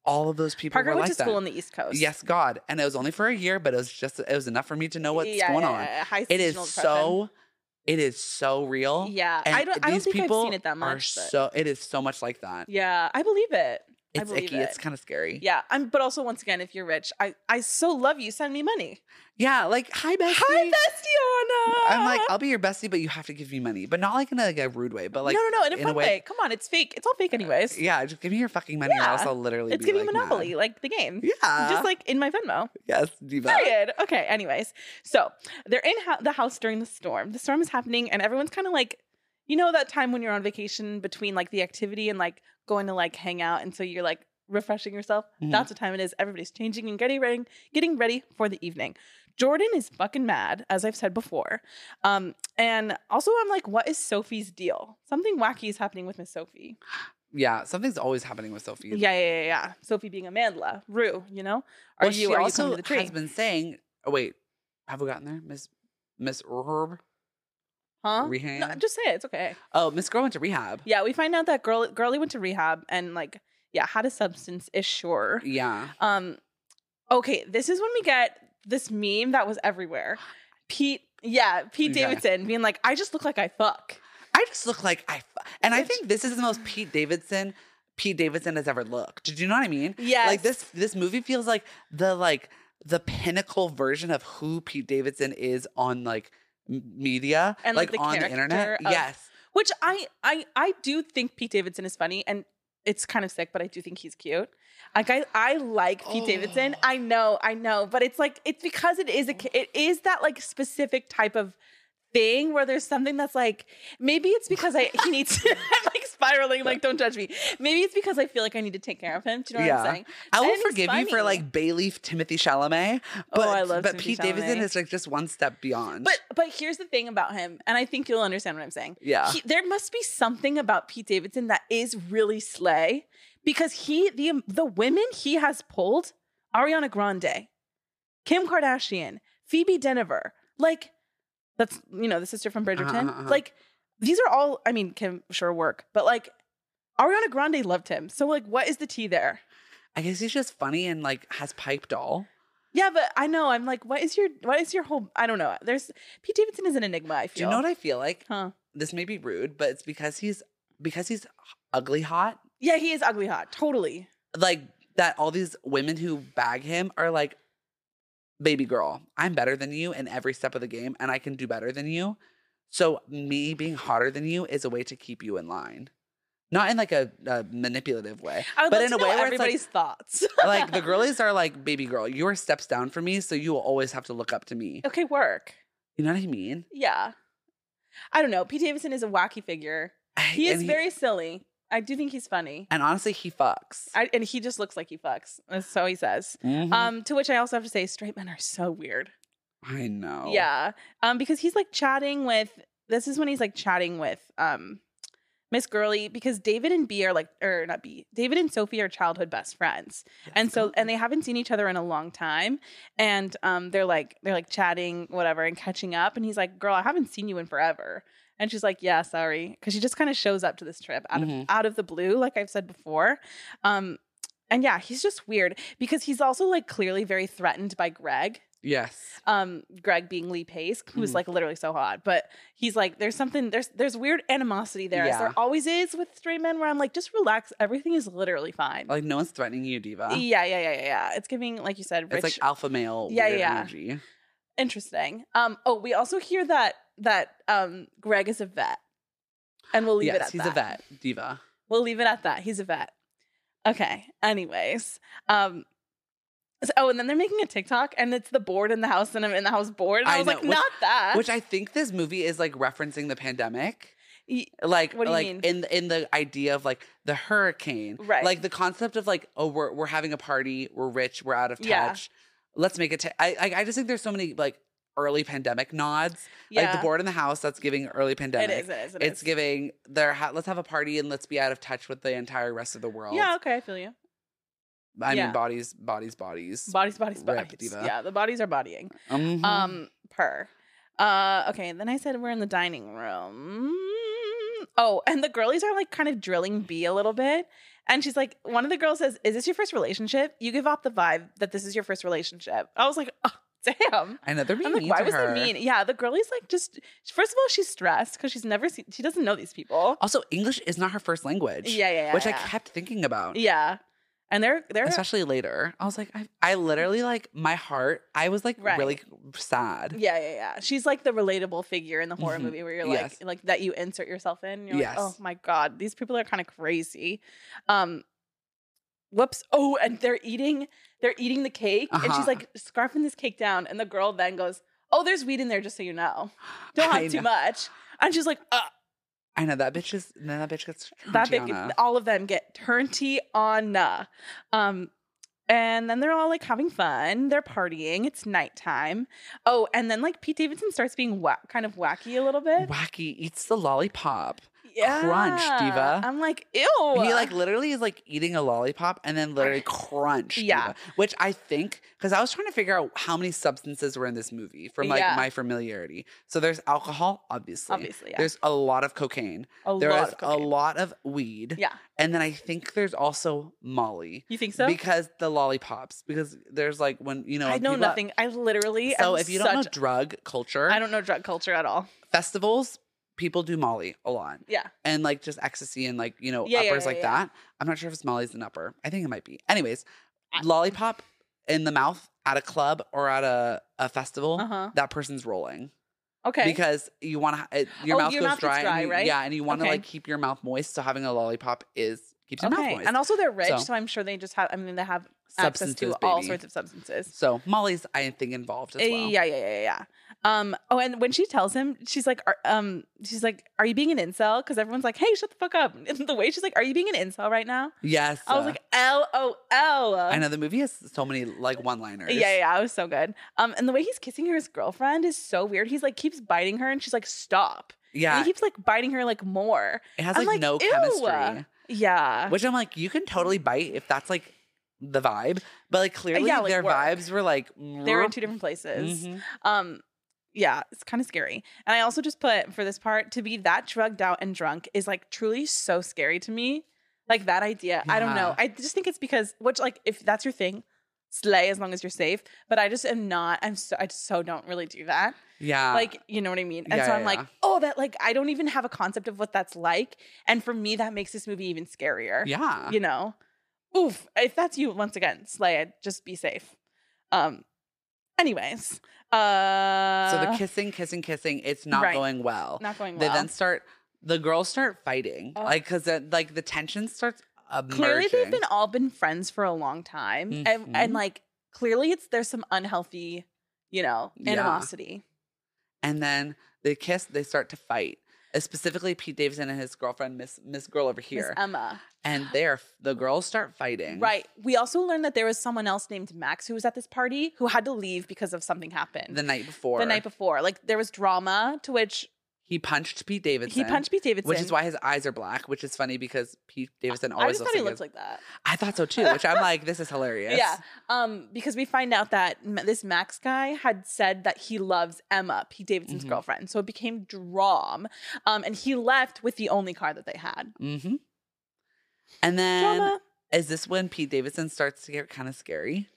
all of those people Parker were went like to that. school on the East Coast. yes, God. And it was only for a year, but it was just it was enough for me to know what's going on. High It is seasonal depression. so it is so real. Yeah. And I don't I don't these think I've people seen it that are much. but- so it is so much like that. yeah, I believe it. I It's believe icky. it. It's kind of scary. Yeah. I'm but also once again, if you're rich, I I so love you. Send me money. Yeah, like hi bestie. Hi bestie Anna. I'm like, uh, I'll be your bestie, but you have to give me money. But not like in a, like a rude way, but like No, no, no, in a in a fun way- way. Come on, it's fake. It's all fake anyways. yeah, just give me your fucking money or Yeah. else I'll literally it's be giving like, mad. Monopoly, like the game. Yeah. Just like in my Venmo. yes, diva. Period. Okay. Anyways, so they're in ho- the house during the storm. The storm is happening, and everyone's kind of like, you know, that time when you're on vacation between like the activity and like going to like hang out, and so you're like refreshing yourself. Mhm. That's the time it is. Everybody's changing and getting ready, getting ready for the evening. Jordan is fucking mad, as I've said before. Um, and also, I'm like, what is Sophie's deal? Something wacky is happening with Miss Sophie. Yeah, something's always happening with Sophie. Yeah, yeah, yeah, yeah. Sophie being Amandla, Rue, you know? Are Well, you she are you also coming to the tree? has been saying, oh, wait, have we gotten there, Miss Miss Herb? huh? Rehab? No, just say it. It's okay. oh, Miss Girl went to rehab. Yeah, we find out that girl girly went to rehab and like yeah had a substance issue. Yeah, Um, okay, this is when we get this meme that was everywhere. Pete, yeah, Pete Yeah. Davidson being like, I just look like I fuck. I just look like I, f- and I Which- think this is the most Pete Davidson Pete Davidson has ever looked. Did you know what I mean? Yeah, Like this this movie feels like the like the pinnacle version of who Pete Davidson is on like m- media And, like, like, the on the internet. character of- yes. which I I I do think Pete Davidson is funny and. It's kind of sick, but I do think he's cute. Like I, I like Pete Davidson. Oh. I know, I know, but it's like it's because it is a ki- it is that like specific type of thing where there's something that's like maybe it's because I he needs I'm like spiraling like don't judge me. Maybe it's because I feel like I need to take care of him. Do you know what Yeah. I'm saying? I And will he's forgive you for funny. Oh, like bay leaf Timothy Chalamet, but I love but Timothée Pete Davidson Chalamet. is like just one step beyond. But but here's the thing about him, and I think you'll understand what I'm saying. yeah, He, there must be something about Pete Davidson that is really slay because he the the women he has pulled Ariana Grande, Kim Kardashian, Phoebe Denver, like that's you know the sister from Bridgerton. uh-huh. Like these are all I mean Kim sure work, but like Ariana Grande loved him. So like what is the tea there? I guess he's just funny and like has pipe doll. Yeah, but I know I'm like what is your what is your whole I don't know. There's Pete Davidson is an enigma. I Do feel. you know what I feel like? Huh. This may be rude, but it's because he's because he's ugly hot. Yeah, he is ugly hot. Totally. Like that, all these women who bag him are like, "Baby girl, I'm better than you in every step of the game, and I can do better than you." So me being hotter than you is a way to keep you in line, not in like a, a manipulative way. I would But love in to a know way where it's like- everybody's thoughts. like the girlies are like, baby girl, you are steps down for me, so you will always have to look up to me. okay, work. You know what I mean? Yeah. I don't know. Pete Davidson is a wacky figure. He And is very silly. I do think he's funny. and honestly, he fucks. I, and he just looks like he fucks. So he says. Mhm. Um, to which I also have to say, straight men are so weird. I know. Yeah. Um, because he's like chatting with this is when he's like chatting with um Miss Gurley because David and B are like or not B. David and Sophie are childhood best friends. Yes, and so God. and they haven't seen each other in a long time and um they're like they're like chatting whatever and catching up and he's like girl i haven't seen you in forever and she's like yeah sorry because she just kind of shows up to this trip out Mhm. of out of the blue like i've said before um and yeah he's just weird because he's also like clearly very threatened by greg yes. um greg being lee pace who's Mhm. like literally so hot but he's like there's something there's there's weird animosity there as Yeah. there always is with straight men where i'm like just relax everything is literally fine Like no one's threatening you, diva. yeah, yeah, yeah, yeah, yeah. It's giving, like you said, Oh, rich, It's like alpha male. Yeah, weird yeah. Energy. interesting. Um, oh, we also hear that that um Greg is a vet, and we'll leave it yes, at he's that. a vet, diva. We'll leave it at that. He's a vet. Okay. Anyways, um. so- oh, and then they're making a TikTok, and it's the board in the house, and I'm in the house board. And I, I was like, know, which- not that. Which I think this movie is like referencing the pandemic. Y- Like, What do you like mean? in the, in the idea of like the hurricane, Right. Like the concept of like, oh, we're we're having a party, we're rich, we're out of touch. Yeah. Let's make it. T- I I I just think there's so many like early pandemic nods, yeah, like the board in the house that's giving early it pandemic. is. It is. It it's is. giving their ha- let's have a party and let's be out of touch with the entire rest of the world. Yeah. Okay. I feel you. I yeah. mean bodies, bodies, bodies. Bodies, bodies, Rip, bodies. diva. Yeah, the bodies are bodying. Mhm. um per uh okay then i said we're in the dining room Oh, and the girlies are like kind of drilling B a little bit. And she's like, one of the girls says, Is this your first relationship? You give off the vibe that this is your first relationship. I was like, Oh, damn. I know they're being I'm like, mean why to was her. that mean? Yeah, the girlie's like just first of all, she's stressed because she's never seen she doesn't know these people. Also, English is not her first language. Yeah, yeah, yeah. which I yeah. kept thinking about. Yeah. And they're they're Especially later, I was like, I, I literally like my heart. I was like Right. really sad. Yeah, yeah, yeah. She's like the relatable figure in the horror Mhm. movie where you're like, Yes. like that you insert yourself in. You're Yes. like, oh my god, these people are kind of crazy. Um, whoops. Oh, and they're eating, they're eating the cake, and Uh-huh. she's like scarfing this cake down, and the girl then goes, oh, there's weed in there, just so you know, don't I have too know- much. And she's like, uh, I know that bitch is. Then that bitch gets that big, Tatiana. all of them get turnty on. Um, and then they're all like having fun. They're partying. It's nighttime. Oh, and then like Pete Davidson starts being wa- kind of wacky a little bit. Wacky eats the lollipop. diva. I'm like, ew. He like literally is like eating a lollipop and then literally crunch. Yeah. diva, which I think because I was trying to figure out how many substances were in this movie from like Yeah. my familiarity. So there's alcohol, obviously. obviously, yeah. There's a lot of cocaine. a There is lot. Of a cocaine. lot of weed. Yeah. And then I think there's also Molly. You think so? Because the lollipops. Because there's like when you know I when know people- nothing. I literally. So am if you don't know such- drug culture, I don't know drug culture at all. festivals, people do Molly a lot. Yeah. And like just ecstasy and like, you know, Yeah, yeah, uppers yeah, like yeah. that. I'm not sure if it's Molly's an upper. I think it might be. Anyways, I- lollipop in the mouth at a club or at a, a festival, Uh huh. that person's rolling. Okay. Because you want to, your Oh, mouth your goes mouth gets dry. dry, and you- right? Yeah. And you want to Okay. like keep your mouth moist. So having a lollipop is, keeps your mouth okay. moist. And also, they're rich, So- so. I'm sure they just have. I mean, they have access Substances, to all baby. sorts of substances. So Molly's, I think, involved as Uh, well. Yeah, yeah, yeah, yeah. Um. Oh, and when she tells him, she's like, are, um, she's like, "Are you being an incel?" Because everyone's like, "Hey, shut the fuck up." And the way she's like, "Are you being an incel right now?" Yes. I was uh, like, "L O L." I know the movie has so many like one liners. Yeah, yeah, it was so good. Um, and the way he's kissing her, his girlfriend, is so weird. He's like keeps biting her, and she's like, "Stop!" Yeah. And he keeps like biting her like more. It has I'm like, like, no "Ew." Uh. chemistry. Yeah, Which I'm like, you can totally bite if that's like the vibe. But like clearly Uh, yeah, like, their work. vibes were like Mm-hmm. they're in two different places. Um, yeah, it's kind of scary. And I also just put for this part to be that drugged out and drunk is like truly so scary to me. Like that idea. I don't know. Yeah. I just think it's because which like if that's your thing, slay as long as you're safe. But I just am not. I'm so I just so don't really do that. Yeah. like you know what I mean. And yeah, so yeah, I'm like, yeah. oh, that like I don't even have a concept of what that's like. And for me, that makes this movie even scarier. Yeah. You know, oof. If that's you, once again, slay it. Just be safe. Um. Anyways, uh. so the kissing, kissing, kissing, it's not Right. going well. not going They well. then start the girls start fighting. Oh. Like cause the, like the tension starts emerging. clearly they've been all been friends for a long time and, and Mhm. like clearly it's there's some unhealthy you know Yeah. animosity and then they kiss, they start to fight. Uh, Specifically Pete Davidson and his girlfriend, Miss Miss Girl over Miss here. emma and they're the girls start fighting. right we also learned that there was someone else named max who was at this party who had to leave because of something happened The night before. the night before like there was drama to which He punched Pete he Davidson. punched pete davidson which is why his eyes are black, which is funny because Pete Davidson i always just looks thought he like, looked his- like that I thought so too, which I'm like, this is hilarious. Yeah. um because we find out that M- this max guy had said that he loves emma pete davidson's Mhm. girlfriend so it became drum um and he left with the only car that they had Mm-hmm. And then drama is this when Pete Davidson starts to get kind of scary?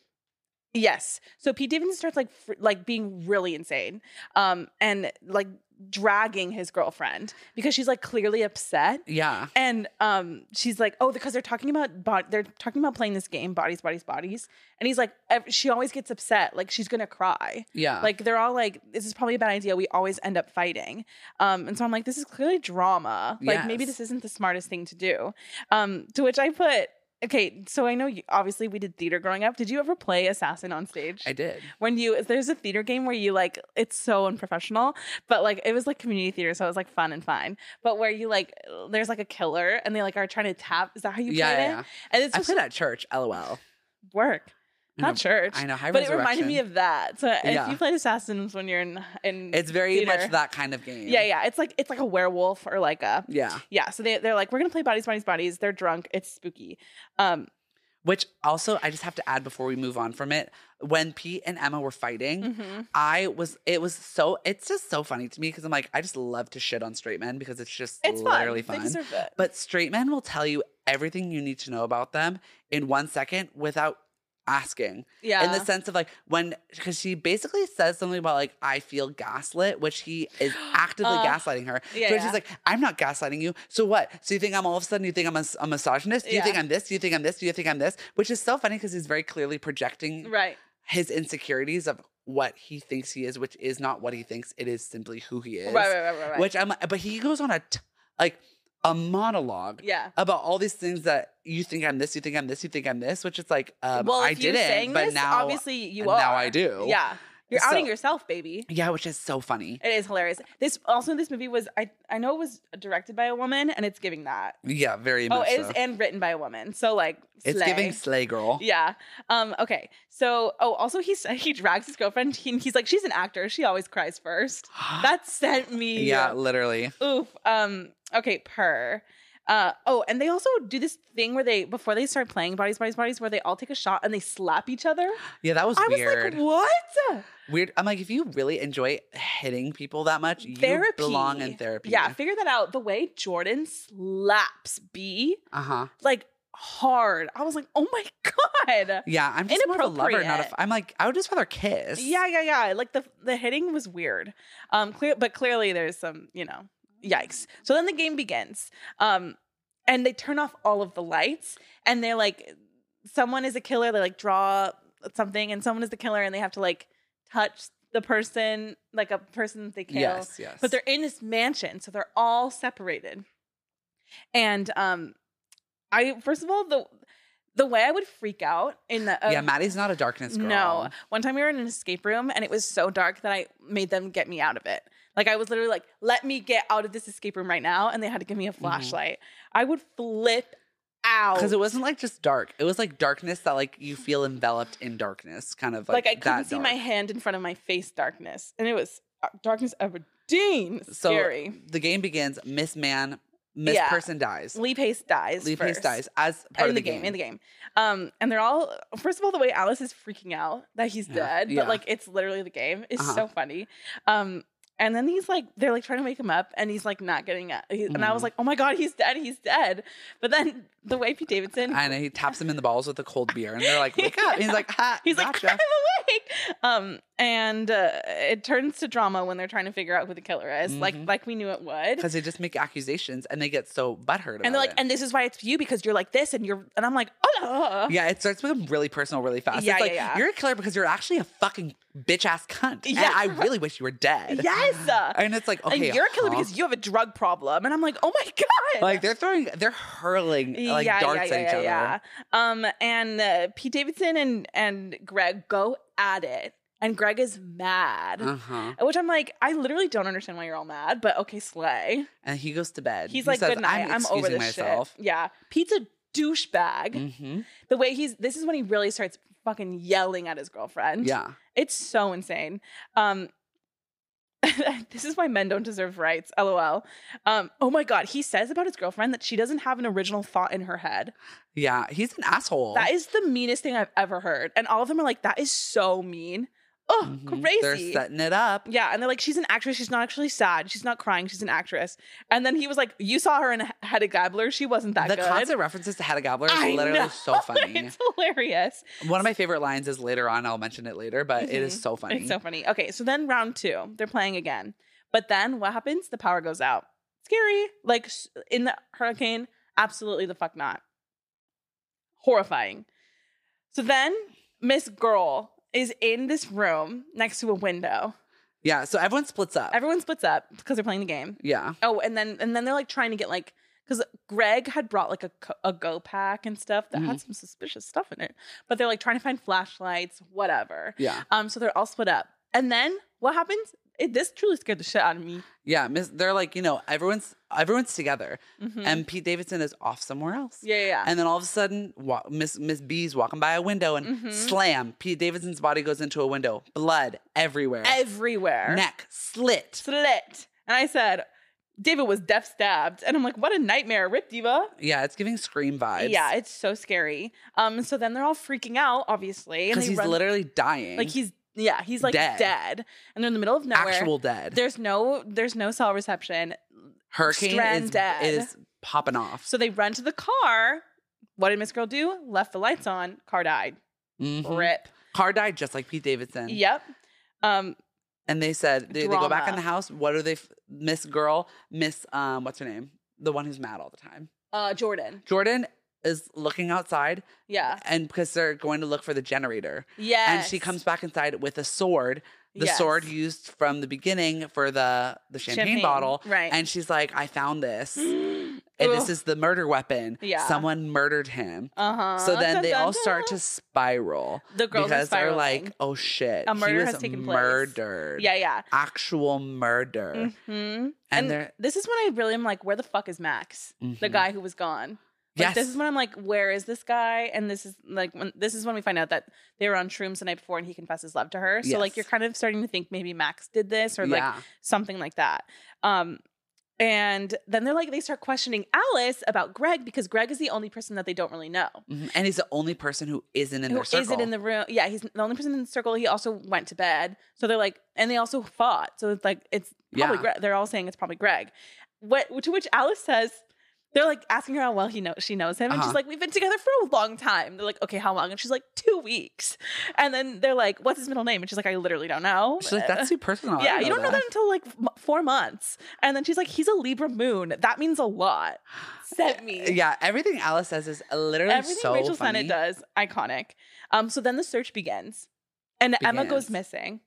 Yes. So Pete Davidson starts like fr- like being really insane, um, and like dragging his girlfriend because she's like clearly upset, Yeah. and um, she's like, oh, because they're talking about bod- they're talking about playing this game, bodies, bodies, bodies, and he's like, ev- she always gets upset, like she's gonna cry, Yeah. like they're all like, this is probably a bad idea. We always end up fighting, um, and so I'm like, this is clearly drama. Like maybe Yes. this isn't the smartest thing to do. Um, to which I put. Okay, so I know you, obviously we did theater growing up. Did you ever play Assassin on stage? I did. when you there's a theater game where you like it's so unprofessional but like it was like community theater so it was like fun and fine but where you like there's like a killer and they like are trying to tap is that how you yeah, played yeah, it yeah. and it's I just played at church. LOL. work I not know- church I know. High but it reminded me Resurrection. of that so Yeah. if you played assassins when you're in in It's very much theater. that kind of game. yeah yeah it's like it's like a werewolf or like a Yeah. yeah so they, they're like we're gonna play bodies bodies bodies they're drunk it's spooky um Which also, I just have to add before we move on from it. When Pete and Emma were fighting, I was, it was so, it's just so funny to me because I'm like, I just love to shit on straight men because it's just It's literally fun. fun. They deserve it. But straight men will tell you everything you need to know about them in one second without asking. yeah. In the sense of like when, because she basically says something about like, I feel gaslit, which he is actively Uh, gaslighting her. yeah, so she's yeah. like, I'm not gaslighting you. So what? So you think I'm all of a sudden, you think I'm a, a misogynist? Do you Yeah. think I'm this? Do you think I'm this? Do you think I'm this? Which is so funny because he's very clearly projecting right. his insecurities of what he thinks he is, which is not what he thinks. It is simply who he is. Right, right, right, right, right. Which I'm, but he goes on a, t- like, a monologue yeah. about all these things that you think I'm this, you think I'm this, you think I'm this, which is like, um, well, if I you're didn't, saying but this, now, obviously you and are. now I do. Yeah. You're So- outing yourself, baby. yeah, which is so funny. It is hilarious. This also this movie was I I know it was directed by a woman and it's giving that. Yeah, very Oh, much. it so. is and written by a woman. So like It's slay. giving slay girl. Yeah. Um, okay. So oh also he's he drags his girlfriend. He, he's like, she's an actor. She always cries first. That sent me yeah, literally. Oof. Um, okay, per. Uh, oh, and they also do this thing where they before they start playing bodies, bodies, bodies, where they all take a shot and they slap each other. Yeah, that was I was weird. like, what? weird. I'm like, if you really enjoy hitting people that much, you Therapy. belong in therapy. Yeah, figure that out. The way Jordan slaps B Uh huh. like hard. I was like, oh my god. Yeah, I'm just more of a lover, not a. F- Inappropriate. I'm like, I would just rather kiss. Yeah, yeah, yeah. Like the the hitting was weird. Um, clear, but clearly there's some, you know, yikes. So then the game begins. Um, and they turn off all of the lights, and they're like, someone is a killer. They like draw something, and someone is the killer, and they have to like touch the person, like a person that they kill. Yes, yes. But they're in this mansion, so they're all separated. And um, I first of all the the way I would freak out in the um, yeah, Maddie's not a darkness girl. no. One time we were in an escape room and it was so dark that I made them get me out of it. Like I was literally like, let me get out of this escape room right now. And they had to give me a flashlight. I would flip out. Because Mm-hmm. it wasn't like just dark. It was like darkness that like you feel enveloped in darkness, kind of like, like, I couldn't that see my dark. hand in front of my face darkness. And it was uh, darkness Aberdeen. So- Scary. The game begins. Miss Man, Miss Yeah. Person dies. Lee Pace dies. Lee Pace first. dies as in part of the, game, in the game. Um, and they're all first of all, the way Alice is freaking out that he's Yeah, dead, yeah. but like it's literally the game is Uh-huh. so funny. Um, and then he's like, they're like trying to wake him up, and he's like not getting up. He- And I was Mhm. like, oh my god, he's dead, he's dead. But then the way Pete Davidson, And he taps him in the balls with a cold beer, and they're like, "Wake up!" And he's like, "Ha!" he's gotcha. like, I'm awake. Um, and uh, it turns to drama when they're trying to figure out who the killer is, like Mhm. like we knew it would. because they just make accusations and they get so butthurt. And they're about like, it. and this is why it's you because you're like this, and you're, and I'm like, oh. yeah, it starts to become really personal really fast. Yeah, it's yeah, like yeah. you're a killer because you're actually a fucking bitch ass cunt. and Yeah. I really wish you were dead. Yes. uh, and it's like okay, and you're a killer huh? because you have a drug problem. And I'm like, oh my god. like they're throwing, they're hurling like darts at each other. yeah. Um, and uh, Pete Davidson and and Greg go at it, and Greg is mad. Uh huh. Which I'm like, I literally don't understand why you're all mad, but okay, slay. And he goes to bed. He's He like, says, good night. I'm, over excusing this shit. Yeah, Pete's a douchebag. Mhm. The way he's, this is when he really starts fucking yelling at his girlfriend. Yeah. It's so insane. Um, this is why men don't deserve rights. LOL. Um, oh my God. He says about his girlfriend that she doesn't have an original thought in her head. Yeah. He's an asshole. That is the meanest thing I've ever heard. And all of them are like, that is so mean. Oh, Mhm. crazy. They're setting it up. yeah. And they're like, she's an actress. She's not actually sad. She's not crying. She's an actress. And then he was like, you saw her in H- Hedda Gabler. She wasn't that the good. constant references to Hedda Gabler is I literally know. so funny. it's hilarious. One of my favorite lines is later on. I'll mention it later, but it is Mhm. so funny. It's so funny. Okay, so then round two, they're playing again. But then what happens? The power goes out. Scary. Like s- in the hurricane, absolutely the fuck not. Horrifying. So then Miss Girl is in this room next to a window. yeah. So everyone splits up. Everyone splits up because they're playing the game. yeah. Oh, and then and then they're like trying to get like because Greg had brought like a, co- a go pack and stuff that had some suspicious stuff in it. But they're like trying to find flashlights, whatever. Yeah. Um, so they're all split up. And then what happens? It, this truly scared the shit out of me. Yeah. Miss, they're like, you know, everyone's everyone's together, Mhm. and Pete Davidson is off somewhere else. yeah, yeah, yeah. And then all of a sudden, wa- Miss Miss B's walking by a window and Mhm. slam. Pete Davidson's body goes into a window, blood everywhere, everywhere. neck slit. Slit. And I said, David was deaf stabbed. And I'm like, what a nightmare, Rip Diva. Yeah, it's giving scream vibes. Yeah, it's so scary. Um, so then they're all freaking out, obviously. and because they he's run- literally dying. like he's yeah, he's like Dead. dead. And they're in the middle of nowhere. actual dead. There's no there's no cell reception. Hurricane strand is dead. is popping off. So they run to the car. What did Miss Girl do? Left the lights on. Car died. Mhm. Rip. Car died just like Pete Davidson. Yep. Um, And they said they, they go back in Drama. the house. What are they? f- Miss girl, Miss um, what's her name? The one who's mad all the time. uh, Jordan. Jordan is looking outside, Yeah. and because they're going to look for the generator, Yes. and she comes back inside with a sword, the Yes. sword used from the beginning for the the champagne, bottle. Right. And she's like, "I found this, and And this is the murder weapon. Yeah. Someone murdered him." uh-huh. So then Dun, they dun, all start dun. to spiral the girls because are they're like, spiraling. "Oh shit, A he murder was has taken place." murdered. yeah, yeah. actual murder." hmm And And they're This is when I really am like, where the fuck is Max, the Mhm. guy who was gone? Like, Yes, This is when I'm like, where is this guy? And this is like, when this is when we find out that they were on shrooms the night before, and he confesses love to her. So Yes. like, you're kind of starting to think maybe Max did this or like yeah. something like that. Um, and then they're like, they start questioning Alice about Greg because Greg is the only person that they don't really know. Mhm. and he's the only person who isn't in Who their circle. not in the room? Yeah, he's the only person in the circle. He also went to bed. So they're like, and they also fought. So it's like, it's probably Yeah. Greg. They're all saying it's probably Greg. What to which Alice says, they're like asking her how well he knows she knows him, and Uh-huh. she's like, we've been together for a long time. They're like, okay, how long? And she's like, two weeks. And then they're like, what's his middle name? And she's like, I literally don't know. She's like, "That's too personal." Oh, I yeah, you don't know that. that until like m- four months. And then she's like, he's a Libra moon. That means a lot. Sent me. Yeah, everything Alice says is literally Everything so Rachel Sennett funny. does, iconic. Um, so then the search begins, and Emma Begins. goes missing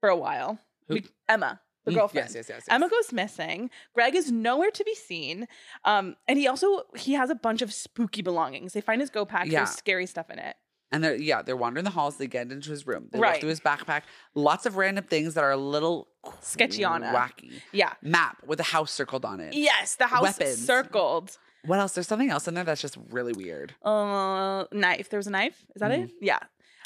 for a while. Who? Be- Emma, the Mm, girlfriend. Yes, yes, yes. yes. Emma goes missing. Greg is nowhere to be seen. Um, and he also he has a bunch of spooky belongings. They find his go pack. Yeah. There's scary stuff in it. and they're yeah, they're wandering the halls. They get into his room. They look Right. through his backpack. Lots of random things that are a little Sketchy on it. wacky. Yeah. Map with a house circled on it. Yes, the house Weapons. circled. What else? There's something else in there that's just really weird. Uh, knife. There was a knife. Is that Mm-hmm. it? Yeah.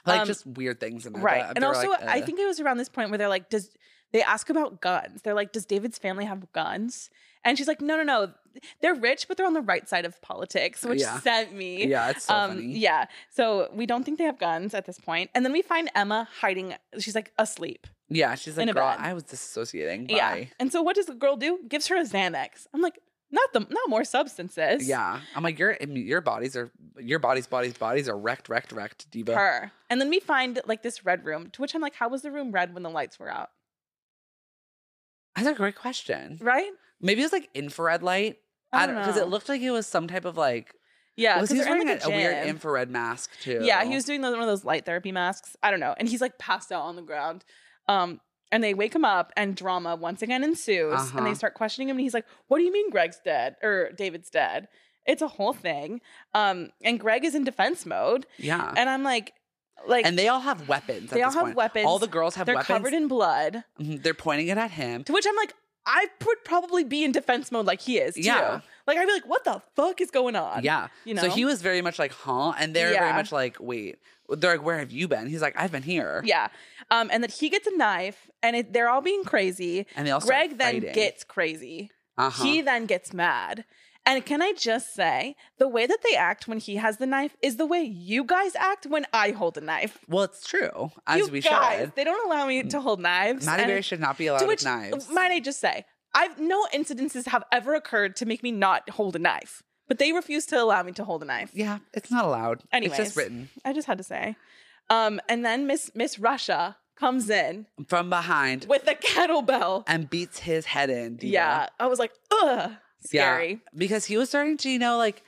Like Um, just weird things in there. right that- and they're also like, i uh, think it was around this point where they're like does they ask about guns they're like does david's family have guns and she's like no no no they're rich but they're on the right side of politics which Yeah. sent me yeah, it's so um funny. yeah so we don't think they have guns at this point and then we find emma hiding she's like asleep Yeah, she's like, in a girl, bed. I was disassociating. Bye. yeah and so what does the girl do gives her a xanax i'm like not the not more substances Yeah. I'm like, your your bodies are your body's bodies bodies are wrecked, wrecked, wrecked, diva. her and then we find like this red room to which i'm like how was the room red when the lights were out That's a great question. right Maybe it's like infrared light. I don't because it looked like it was some type of like yeah was 'cause he they're in, wearing like, a, a weird gym. infrared mask too? Yeah, he was doing those, one of those light therapy masks. I don't know. And he's like passed out on the ground. Um, and they wake him up, and drama once again ensues. And Uh-huh. they start questioning him, and he's like, "What do you mean Greg's dead or David's dead?" It's a whole thing. Um, and Greg is in defense mode, yeah, and I'm uh, like, like Uh-huh. and they all have weapons. at They all this have point. weapons. All the girls have they're weapons. covered in blood. Mhm, They're pointing it at him. To which I'm like, I would probably be in defense mode like he is. Too. Yeah. Like I'd be like, "What the fuck is going on?" Yeah. You know. So he was very much like, huh? And they're very Yeah. much like, wait. They're like, where have you been? He's like, I've been here. Yeah. Um, and that he gets a knife, and it, they're all being crazy. And they also Greg then gets crazy. uh-huh. He then gets mad. And can I just say, the way that they act when he has the knife is the way you guys act when I hold a knife. Well, it's true. As you we guys, should. they don't allow me to hold knives. Maddie and- Berry should not be allowed to with which, uh, knives. might I just say, I've no incidences have ever occurred to make me not hold a knife, but they refuse to allow me to hold a knife. yeah, it's not allowed. It's Anyways. just written I just had to say. Um, and then Miss Miss Russia comes in from behind with a kettlebell. and beats his head in. Diva. Yeah, I was like, ugh, Yeah. scary. because he was starting to, you know, like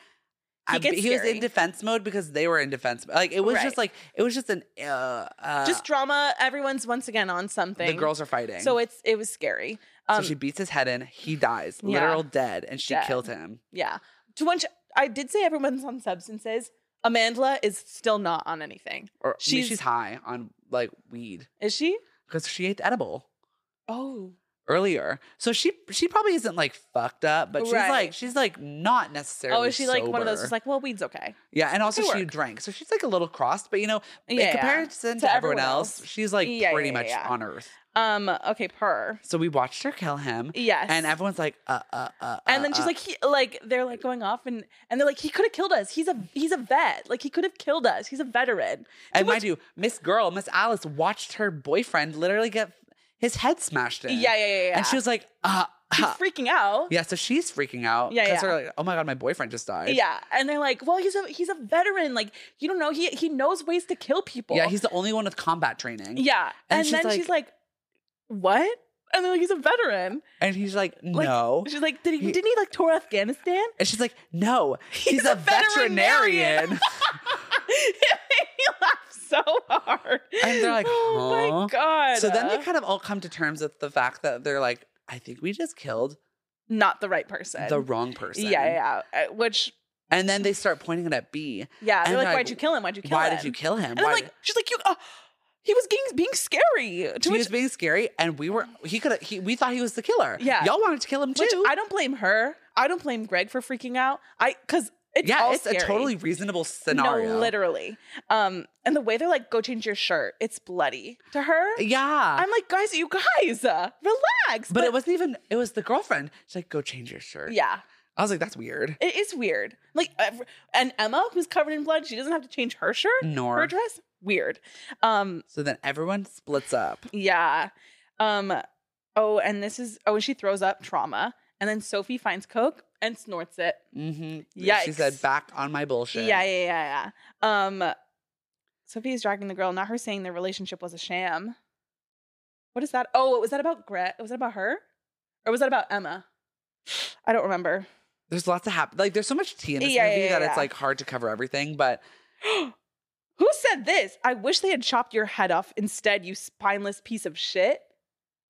He I- gets he was in scary. defense mode because they were in defense. Like it was Right. just like it was just an uh, uh just drama. Everyone's once again on something. the girls are fighting. So it's it was scary. Um, so she beats his head in. He dies, Yeah. literal dead, and she Dead. killed him. yeah. To which I did say everyone's on substances. Amandla is still not on anything. Or she's, She's- she's high on like weed Is she? because she ate the edible. Oh, earlier. So she she probably isn't like fucked up, but she's Right. like she's like not necessarily. Oh, is she like one of those sober. who's like, well, weed's okay. yeah, and also They she work. drank, so she's like a little crossed. But you know, in Yeah. comparison to, To everyone everyone else, else. she's like Yeah, pretty yeah, much yeah. on earth. Um, okay, per. So we watched her kill him, Yes. and everyone's like, uh, uh, uh. and then uh, she's uh. like, he, like they're like going off, and and they're like, he could have killed us. He's a he's a vet. Like he could have killed us. He's a veteran. and mind you, Miss Girl, Miss Alice watched her boyfriend literally get his head smashed in. Yeah, yeah, yeah, yeah. And she was like, uh, She's uh. freaking out. yeah. So she's freaking out. Yeah, 'cause yeah. they're like, oh my god, my boyfriend just died. Yeah, and they're like, well, he's a he's a veteran. Like you don't know, he he knows ways to kill people. Yeah, he's the only one with combat training. yeah. And And, she's then like- she's like, what? And they're like, he's a veteran. And he's like, no. She's like, did he, Oh, He- didn't he like tour Afghanistan? and she's like, no, he's, a, a veterinarian." veterinarian. it made me laugh so hard. And they're like, oh "Huh?" my god. so then they kind of all come to terms with the fact that they're like, I think we just killed not the right person. the wrong person. Yeah, yeah, yeah. Uh, Which And then they start pointing it at B. yeah, And they're like, they're like, why'd you kill him? Why'd you kill Why him? did you kill him? And I'm Why like, she's like, you. Uh, he was being, being scary. she To which, was being scary, and we were he could he we thought he was the killer. Yeah. y'all wanted to kill him too. which I don't blame her. I don't blame Greg for freaking out. I because it's yeah, all it's a scary. totally reasonable scenario. No, literally. Um, and the way they're like, go change your shirt. It's bloody to her. Yeah, I'm like, guys, you guys, uh, relax. but, it wasn't even it was the girlfriend. She's like, go change your shirt. yeah. I was like, that's weird. It is weird. Like, ev- and Emma, who's covered in blood, she doesn't have to change her shirt, her Nor dress. Weird. Um, so then everyone splits up. yeah. Um, oh, and this is oh, and she throws up trauma, and then Sophie finds coke and snorts it. Mm-hmm. She Yikes. said, back on my bullshit. Yeah, yeah, yeah, yeah. Um, Sophie is dragging the girl, not her saying their relationship was a sham. What is that? Oh, was that about Gret? Was that about her, or was that about Emma? I don't remember. There's lots of happen. Like, there's so much tea in this Yeah, movie yeah, that it's yeah. like hard to cover everything. But Who said this? I wish they had chopped your head off instead, you spineless piece of shit.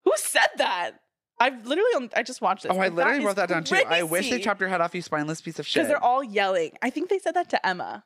Who said that? I've literally, I just watched this. oh, I literally wrote that down too. I wish they chopped your head off, you spineless piece of shit. because they're all yelling. I think they said that to Emma.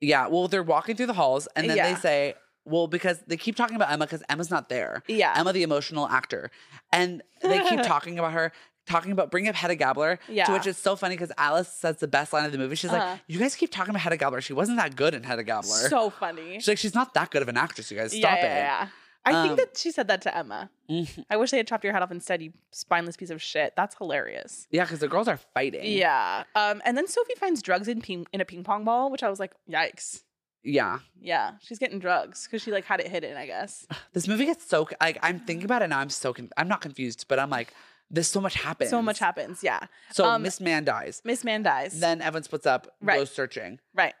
yeah. Well, they're walking through the halls, and then Yeah. they say, well, because they keep talking about Emma because Emma's not there. Yeah, Emma, the emotional actor, and they keep talking about her. Talking about bring up Hedda Gabler, Yeah. to which is so funny because Alice says the best line of the movie. She's Uh-huh. like, "You guys keep talking about Hedda Gabler. She wasn't that good in Hedda Gabler. so funny. she's like, she's not that good of an actress. You guys, stop yeah, it." yeah, yeah. I Um, think that she said that to Emma. Mhm. I wish they had chopped your head off instead, you spineless piece of shit. That's hilarious. Yeah, because the girls are fighting. Yeah. Um, and then Sophie finds drugs in ping in a ping pong ball, which I was like, yikes. Yeah. Yeah, she's getting drugs because she like had it hidden, I guess. This movie gets so, like, I'm thinking about it now. I'm so, con- I'm not confused, but I'm like, there's so much happens. So much happens. Yeah. So Um, Miss Man dies. Miss Man dies. Then Evan splits up, Right. goes searching. right.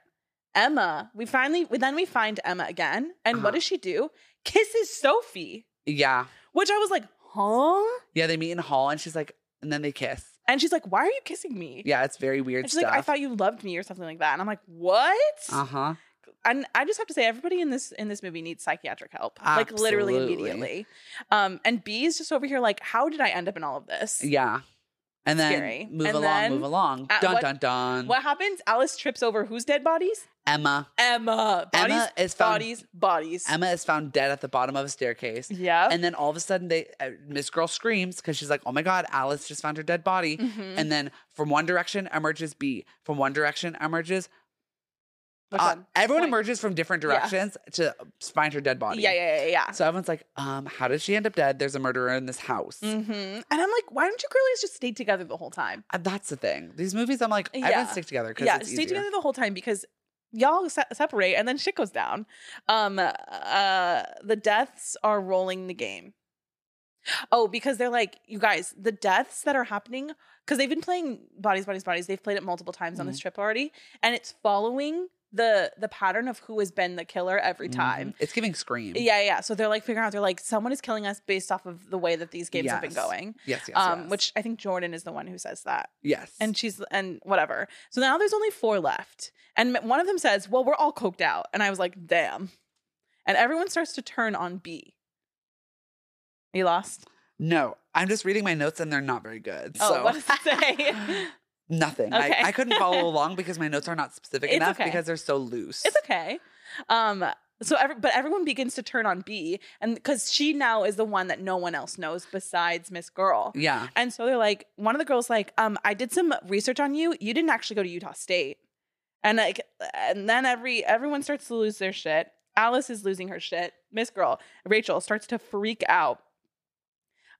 Emma, we finally well, then we find Emma again, and Uh-huh. what does she do? Kisses Sophie, Yeah. which I was like, huh? Yeah, they meet in a hall and she's like, and then they kiss. And she's like, why are you kissing me? Yeah, it's very weird And she's stuff. like, I thought you loved me or something like that. And I'm like, what? uh huh. and I just have to say, everybody in this in this movie needs psychiatric help, like literally Absolutely. immediately. Um, and B is just over here like, how did I end up in all of this? Yeah. And then Scary. move And along, then- move along. Uh, Dun what- dun dun. What happens? Alice trips over whose dead bodies? Emma. Emma bodies, Emma is found. bodies, bodies. Emma is found dead at the bottom of a staircase. Yeah. And then all of a sudden, they uh, Miss Girl screams because she's like, "Oh my God, Alice just found her dead body." Mhm. And then from one direction emerges B. From one direction emerges. Which uh, one? everyone Point. emerges from different Yeah. directions to find her dead body. Yeah, yeah, yeah, yeah. So everyone's like, um, how did she end up dead? There's a murderer in this house. hmm And I'm like, why don't you girlies just stay together the whole time? Uh, That's the thing. These movies, I'm like, everyone Yeah. stick together because Yeah, it's stay easier. together the whole time because y'all se- separate and then shit goes down. Um, uh, the deaths are rolling the game. Oh, because they're like, you guys, the deaths that are happening because they've been playing bodies, bodies, bodies. They've played it multiple times on this Mm-hmm. trip already, and it's following the the pattern of who has been the killer every time. Mhm. It's giving scream. Yeah, yeah, yeah. So they're like figuring out they're like someone is killing us based off of the way that these games have been Yes. going. Yes, yes, Um, yes. which I think Jordan is the one who says that yes. and she's and whatever. So now there's only four left, and m- one of them says, "Well, we're all coked out," and I was like, "Damn!" And everyone starts to turn on B. You lost. no, I'm just reading my notes and they're not very good. Oh, so what does it say? nothing. Okay. I, I couldn't follow along because my notes are not specific It's enough okay. because they're so loose. it's okay. Um, So, every, but everyone begins to turn on B, and because she now is the one that no one else knows besides Miss Girl. Yeah. And so they're like, one of the girls like, um, I did some research on you. You didn't actually go to Utah State, and like, and then every everyone starts to lose their shit. Alice is losing her shit. Miss Girl, Rachel starts to freak out.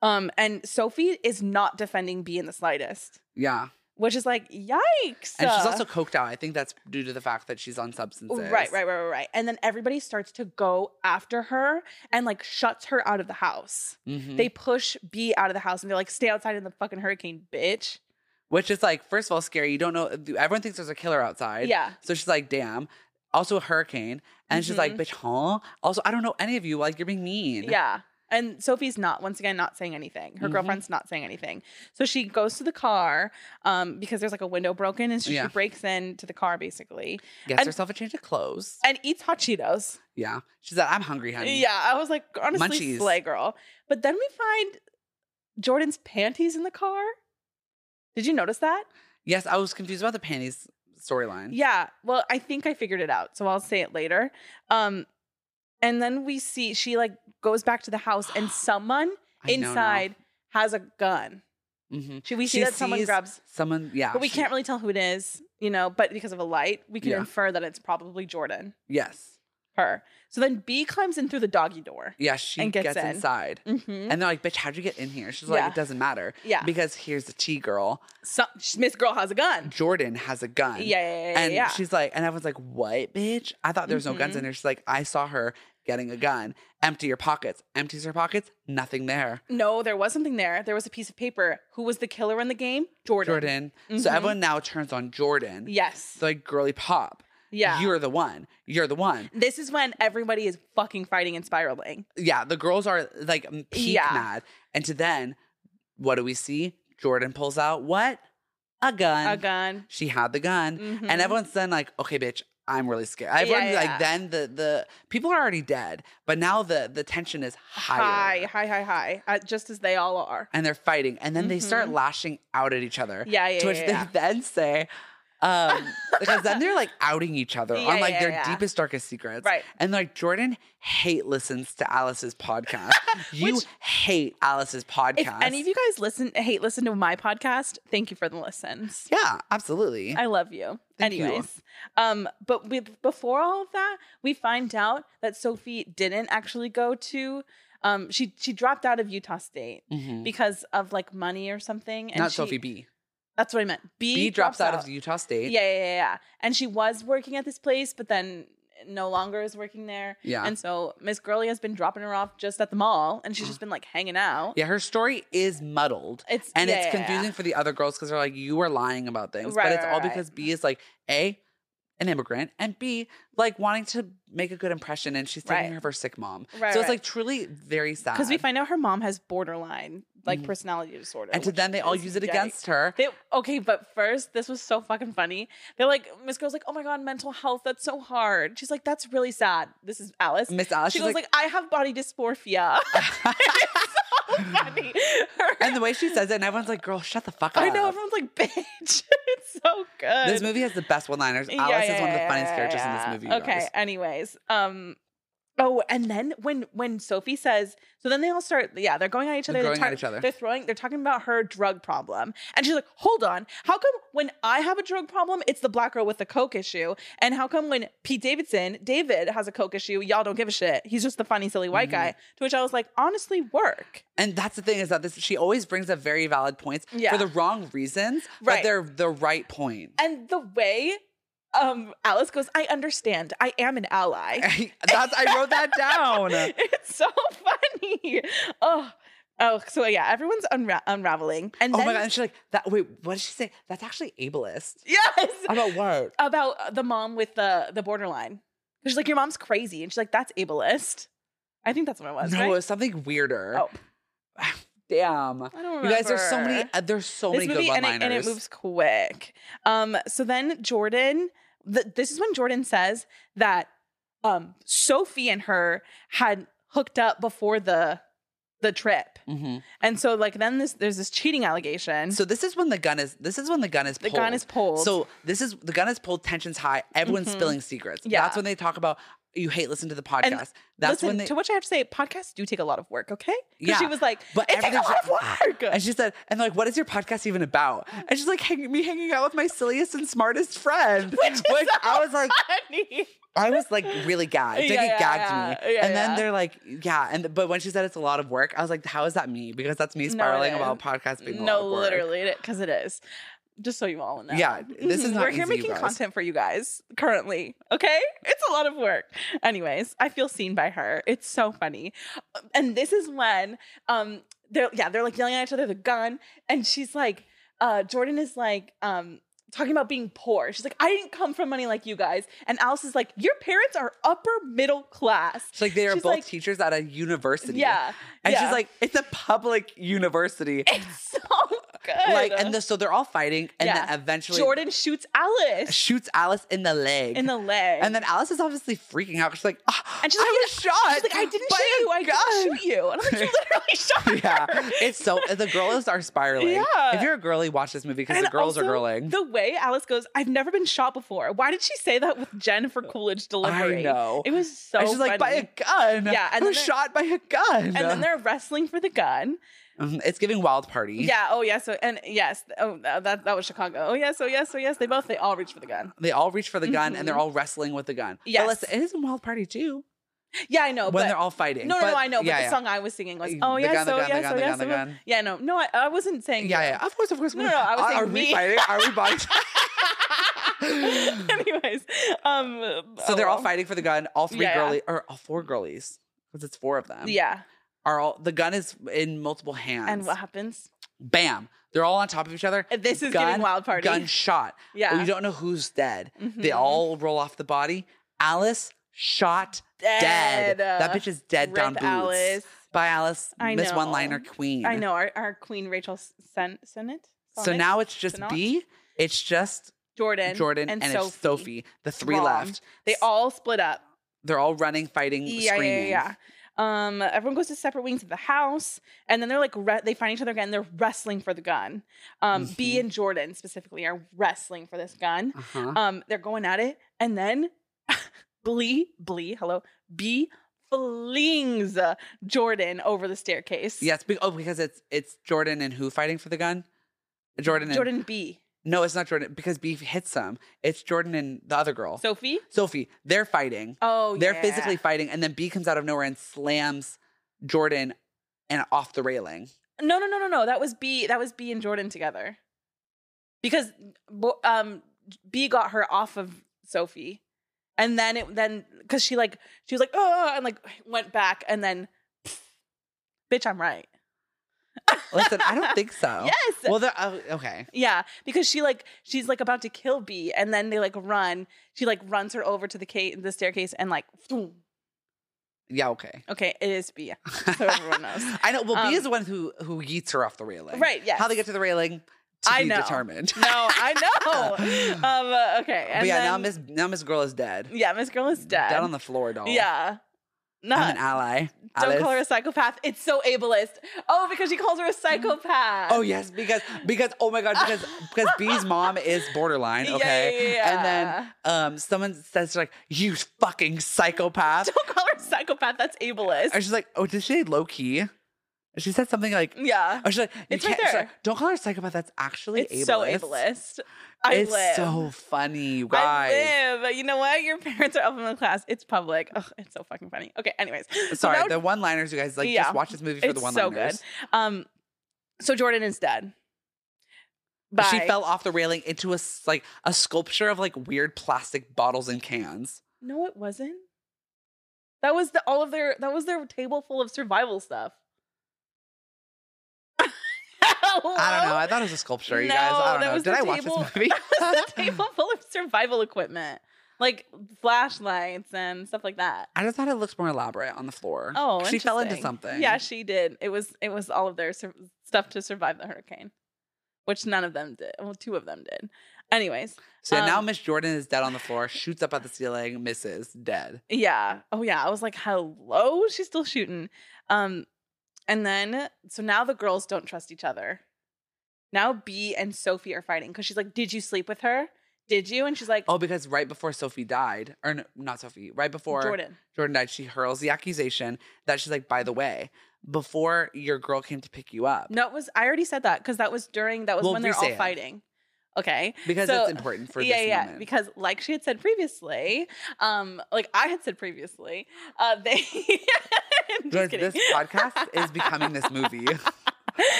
Um, and Sophie is not defending B in the slightest, Yeah. which is like, yikes. And uh. she's also coked out. I think that's due to the fact that she's on substances. Right, right, right, right, right. And then everybody starts to go after her and like shuts her out of the house. Mhm. They push B out of the house and they're like, stay outside in the fucking hurricane, bitch. Which is like, first of all, scary. You don't know. Everyone thinks there's a killer outside. Yeah. So she's like, damn. Also, a hurricane. And she's Mm-hmm. like, bitch, huh? Also, I don't know any of you. Like, you're being mean. Yeah. And Sophie's not, once again, not saying anything. Her Mhm. girlfriend's not saying anything. So she goes to the car um, because there's like a window broken and so Yeah. she breaks into the car basically Gets And- herself a change of clothes. and eats hot Cheetos. Yeah. She said, I'm hungry, honey. Yeah, I was like, honestly, Munchies. slay girl. But then we find Jordan's panties in the car. Did you notice that? Yes, I was confused about the panties storyline. Yeah. Well, I think I figured it out, so I'll say it later. Um, and then we see she like goes back to the house, and someone I know now. inside has a gun. Mhm. Should we see She that someone sees grabs? Someone, yeah. But we she- can't really tell who it is, you know. But because of a light, we can Yeah. infer that it's probably Jordan, Yes. her. So then B climbs in through the doggy door. Yeah, she And gets, gets in. inside. Mm-hmm. And they're like, bitch, how'd you get in here? She's Yeah. like, it doesn't matter. Yeah, Because here's the T girl. so, Miss Girl has a gun. Jordan has a gun. Yeah, yeah, yeah. And yeah. Mm-hmm. she's like, and everyone's like, what, bitch? I thought there was no guns in here. She's like, I saw her getting a gun. Empty your pockets. Empties her pockets. Nothing there. no, there was something there. There was a piece of paper. Who was the killer in the game? Jordan. Jordan. So Mhm. everyone now turns on Jordan. Yes. It's like, girly pop. Yeah. You're the one. You're the one. this is when everybody is fucking fighting and spiraling. Yeah. The girls are like m- peak Yeah. mad. And to then, what do we see? Jordan pulls out what? A gun. a gun. She had the gun. Mhm. And everyone's then like, okay, bitch, I'm really scared. Everyone's yeah, like, yeah. then the the people are already dead, but now the the tension is higher. high, high, high, high, uh, just as they all are. And they're fighting, and then they start Mhm. lashing out at each other. Yeah, yeah, To which yeah, they yeah. then say, um, because then they're like outing each other Yeah, on like yeah, their yeah. deepest, darkest secrets. Right. And like Jordan hate listens to Alice's podcast. you Which- hate Alice's podcast. If any of you guys listen, hate listen to my podcast, thank you for the listens. yeah, absolutely. I love you. Thank you. Anyways, um, but we, before all of that, we find out that Sophie didn't actually go to. Um, she she dropped out of Utah State Mhm. because of like money or something. And Not she- Sophie B. That's what I meant. B, B drops out, of Utah State. Yeah, yeah, yeah, yeah. And she was working at this place, but then no longer is working there. Yeah. And so Miss Gurley has been dropping her off just at the mall, and she's Mm. just been like hanging out. Yeah, her story is muddled. It's And yeah, it's yeah, yeah. confusing for the other girls because they're like, you were lying about things. Right, but it's right, all right. because B is like, A, an immigrant, and B, like wanting to make a good impression. And she's taking Right. her for sick mom. Right, so it's right. like truly very sad. Because we find out her mom has borderline like Mhm. personality disorder. and to which them, they all is use it yikes. against her. They, okay, but first, this was so fucking funny. They're like, Miss Girl's like, oh my God, mental health, that's so hard. She's like, that's really sad. This is Alice. Miss Alice. she she's goes like, I have body dysporphia. it's so funny. Her- and the way she says it, and everyone's like, girl, shut the fuck up. I know everyone's like, bitch. it's so good. This movie has the best one liners. Yeah, Alice yeah, is one of the yeah, funniest yeah, characters in yeah. this movie. you Okay. guys. Anyways, um, oh, and then when when Sophie says, so then they all start. Yeah, they're going at each They're other. going at tar- each other. They're throwing. They're talking about her drug problem, and she's like, hold on. How come when I have a drug problem, it's the black girl with the coke issue, and how come when Pete Davidson, David has a coke issue, y'all don't give a shit? He's just the funny, silly white Mhm. guy. To which I was like, honestly, work. And that's the thing is that this she always brings up very valid points Yeah. for the wrong reasons, but Right. they're the right point. And the way. Um, Alice goes, I understand. I am an ally. That's I wrote that down. it's so funny. Oh, oh. So yeah, everyone's unra- unraveling, and Oh then my god! And she's like, "That wait, what did she say? That's actually ableist." yes, About what? about the mom with the the borderline. She's like, your mom's crazy, and she's like, that's ableist. I think that's what it was. No, right? it was something weirder. Oh. Damn. I don't remember. You guys, there's so many. uh, There's so This many movie good one and it, and it moves quick. Um, so then Jordan, th- this is when Jordan says that um Sophie and her had hooked up before the the trip, Mm-hmm. and so like then this there's this cheating allegation. So this is when the gun is. This is when the gun is. The Pulled. gun is pulled. So this is the gun is pulled. Tensions high. Everyone's Mhm. spilling secrets. Yeah. That's when they talk about. you hate listening to the podcast. That's Listen, when they to which I have to say, podcasts do take a lot of work, okay? 'Cause Yeah, she was like, but it takes a everything's- lot of work. And she said, and like, what is your podcast even about? And she's like, hang, me hanging out with my silliest and smartest friend. Which is so I was like, Honey. I was like really gagged. They Yeah, yeah, get gagged yeah. me. Yeah, and then yeah. they're like, yeah. And but when she said it's a lot of work, I was like, how is that me? Because that's me No, it spiraling about podcasts being a lot No, of work. literally, because it is. Just so you all know. Yeah, this is Mhm. not We're here easy, you making guys. content for you guys currently. Okay, it's a lot of work. Anyways, I feel seen by her. It's so funny, and this is when um they're yeah they're like yelling at each other the gun, and she's like, uh Jordan is like um. Talking about being poor. She's like, I didn't come from money like you guys. And Alice is like, Your parents are upper middle class. She's like, they are She's both like- teachers at a university. Yeah. And yeah. she's like, it's a public university. It's so good. Like, and the, so they're all fighting, and Yeah. then eventually Jordan shoots Alice shoots Alice in the leg. in the leg. and then Alice is obviously freaking out. She's like, "Ah, And she's I like, was shot. She's like, I didn't by shoot a you. I gun." didn't shoot you. And I'm like, you literally shot yeah, her. it's so the girls are spiraling. Yeah. If you're a girlie, watch this movie because And the girls are also, girling. The way Alice goes, I've never been shot before. Why did she say that with Jennifer Coolidge delivery? I know. It was so and she's like, by a funny. gun. Yeah, and I then was they're- shot by a gun. and then they're wrestling for the gun. Mhm, it's giving wild party. Yeah. Oh, yeah. So, and yes. Oh, that that was Chicago. Oh, yes. Oh, yes. Oh, yes. They both, they all reach for the gun. They all reach for the gun and they're all wessling with the gun. But Mm-hmm. Yes. listen, it is in Wild Party too Yeah, I know. when Uh, but they're all fighting. No, no, But- no, I know, but yeah, the yeah. song I was singing was, The oh, yes, gun, the oh, gun, the yes, gun, oh, the yes, gun, the oh, yes. gun. Yeah, no, no, I, I wasn't saying Yeah, yeah. Of course, of course. No, no, I was are, saying are we me. fighting? Are we body? Anyways, um, so oh, they're all well. fighting for the gun. All three Yeah, yeah. girlie or all four girlies because it's four of them. Yeah, Are all the gun is in multiple hands. and what happens? Uh, bam, they're all on top of each other. This is Gun- getting wild party. Gunshot. yeah, You don't know who's dead. They Mhm. all roll off the body. Alice shot dead. That bitch is dead down uh, Rip boots. Alice. By Alice, I Miss know. One Liner Queen. I know our, our queen Rachel S- Sen- Sennett. So Sonnet? now it's just Sonnet? B. It's just Jordan, Jordan and, and, it's Sophie. The three Wrong. left. They all split up. They're all running, fighting, yeah, yeah, Mm, screaming. yeah, yeah. Um, everyone goes to separate wings of the house, and then they're like re- they find each other again. and They're wrestling for the gun. Um, Mm-hmm. B and Jordan specifically are wrestling for this gun. Uh-huh. Um, they're going at it, and then Blee, Blee, hello, B flings uh, Jordan over the staircase. Yes. be- oh, because it's it's Jordan and who fighting for the gun? Jordan and Jordan B, No, it's not Jordan because B hits them. It's Jordan and the other girl. Sophie. Sophie, they're fighting. Oh, they're yeah. physically fighting, and then B comes out of nowhere and slams Jordan and off the railing. No, no, no, no, no. That was B. That was B and Jordan together, because bo- um B got her off of Sophie, and then it then because she like she was like oh and like went back and then, bitch, I'm right. Listen, I don't think so. Yes. Well, they're- oh, okay. yeah, because she like she's like about to kill B, and then they like run. She like runs her over to the ca- the staircase and like, boom. Yeah, okay. okay, it is B. So everyone knows. I know. Well, Um, B is the one who who yeets her off the railing. Right, yes. How they get to the railing? To I be know. determined. No, I know. um, uh, okay, and but yeah, now then- Miss now Miss Girl is dead. yeah, Miss Girl is dead. Down on the floor, doll. Yeah. I'm Not. an ally. Don't Alice. call her a psychopath. It's so ableist. Oh, because she calls her a psychopath. Oh yes, because because oh my god, because because B's mom is borderline, Yeah, okay? yeah, yeah, And then yeah. um someone says like, "You fucking psychopath." Don't call her a psychopath. That's ableist. And she's like, "Oh, did she say low key?" She said something like, yeah. "Oh, she's like, you Mm. It's right can't- she's there. like, don't call her psychopath. That's actually It's so ableist. I it's live. so funny, you guys." I live. You know what? Your parents are up in the class. It's public. Oh, it's so fucking funny. Okay, anyways. So Sorry, now- the one-liners, you guys. Like, Yeah. just watch this movie for the it's so good. one-liners. Um, so Jordan is dead. Bye. She fell off the railing into a s- like a sculpture of like weird plastic bottles and cans. No, it wasn't. That was the all of their that was their table full of survival stuff. I don't know. I thought it was a sculpture, you guys. No, I don't that know. was Did the I watch table- this movie? That was the table full of survival equipment, like flashlights and stuff like that. I just thought it looked more elaborate on the floor. Oh, she fell into interesting. something. Yeah, she did. It was it was all of their sur- stuff to survive the hurricane, which none of them did. Well, two of them did. Anyways, so now um, Miss Jordan is dead on the floor, shoots up at the ceiling, misses, dead. Yeah. Oh yeah. I was like, hello, she's still shooting. Um, and then so now the girls don't trust each other. Now B and Sophie are fighting because she's like, Did you sleep with her? Did you? And she's like, Oh, because right before Sophie died, or no, not Sophie, right before Jordan. Jordan died, she hurls the accusation that she's like, by the way, before your girl came to pick you up, No, it was. I already said that because that was during. That was Well, when they're re-say all it. fighting. Okay. because So- it's important for yeah, this yeah. moment. Because like she had said previously, um, like I had said previously, uh, they. I'm just Guys, kidding. this podcast is becoming this movie.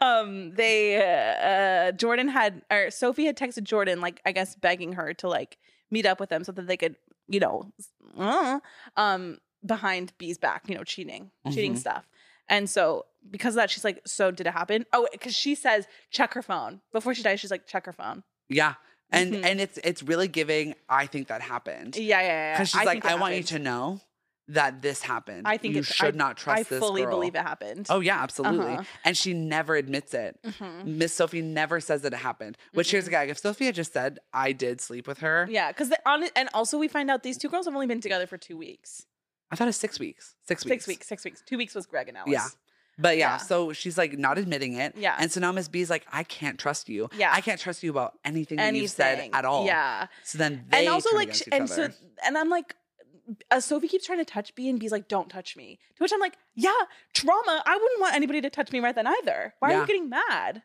um they uh, uh jordan had or sophie had texted jordan like i guess begging her to like meet up with them so that they could you know s- uh, um behind b's back you know cheating cheating Mhm. stuff and so because of that she's like so did it happen oh because she says check her phone before she dies she's like check her phone Yeah. And Mhm. and it's it's really giving I think that happened. yeah yeah yeah yeah. Because she's like, think it I want you happened. to know that this happened. I think you it's- should not trust i this fully girl. believe it happened Oh yeah, absolutely. Uh-huh. And she never admits it. Mhm. Miss Sophie never says that it happened. Which here's a gag. If Sophie had just said, I did sleep with her, Mm-hmm. yeah because on and also we find out these two girls have only been together for two weeks I thought it's six weeks. Six weeks. six weeks six weeks two weeks was greg and alice Yeah. But yeah, Yeah. so she's like not admitting it. Yeah. And so now Miss B's like, I can't trust you. Yeah. I can't trust you about anything, that you've said Anything. at all. Yeah. So then they and also turn like against sh- each and other. so and I'm like uh, Sophie keeps trying to touch B and B's like don't touch me. To which I'm like, yeah, trauma. I wouldn't want anybody to touch me right then either. Why are Yeah. you getting mad?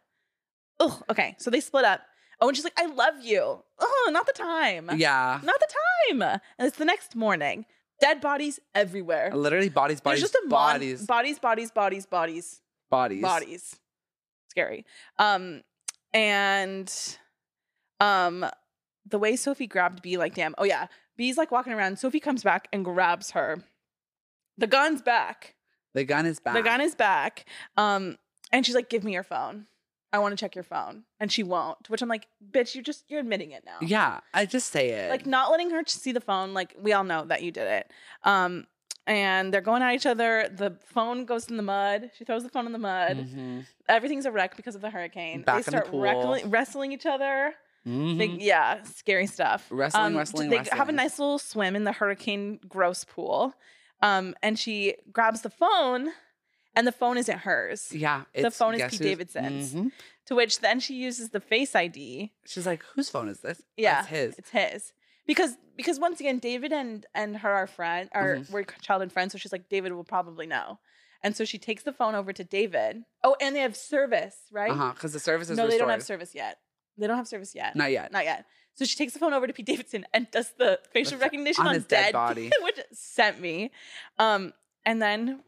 Oh, okay. So they split up. Oh, and she's like, I love you. Oh, not the time. yeah. Not the time. And it's the next morning. Dead bodies everywhere. Literally bodies, There's bodies, just a mon- bodies, bodies, bodies, bodies, bodies bodies. bodies. Scary. Um, and um, the way Sophie grabbed B, like, damn, oh yeah, B's like walking around. Sophie comes back and grabs her. The gun's back. The gun is back. The gun is back. Um, and she's like, give me your phone. I want to check your phone, and she won't. Which I'm like, bitch, you just you're admitting it now. Yeah, I just say it. Like not letting her see the phone, like we all know that you did it. Um, and they're going at each other. The phone goes in the mud. She throws the phone in the mud Mhm. everything's a wreck because of the hurricane. Back in they the start pool. wrestling, wrestling each other. They- Mhm. yeah, scary stuff. Um, Wrestling, wrestling, They have a wrestling. nice little swim in the hurricane gross pool, um, and she grabs the phone, and the phone isn't hers. Yeah, phone is guess Pete who's- Davidson's. Mhm. To which then she uses the Face ID. She's like, whose phone is this? Yeah, That's his. It's his. Because because once again, David and and her are friend, or Mhm. we're childhood friends. So she's like, David will probably know. And so she takes the phone over to David. Oh, and they have service, right? Uh huh. Because the service is no, they restored. don't have service yet. They don't have service yet. Not yet. Not yet. So she takes the phone over to Pete Davidson and does the facial With- recognition on on, his dead dead, body. which sent me. Um, and then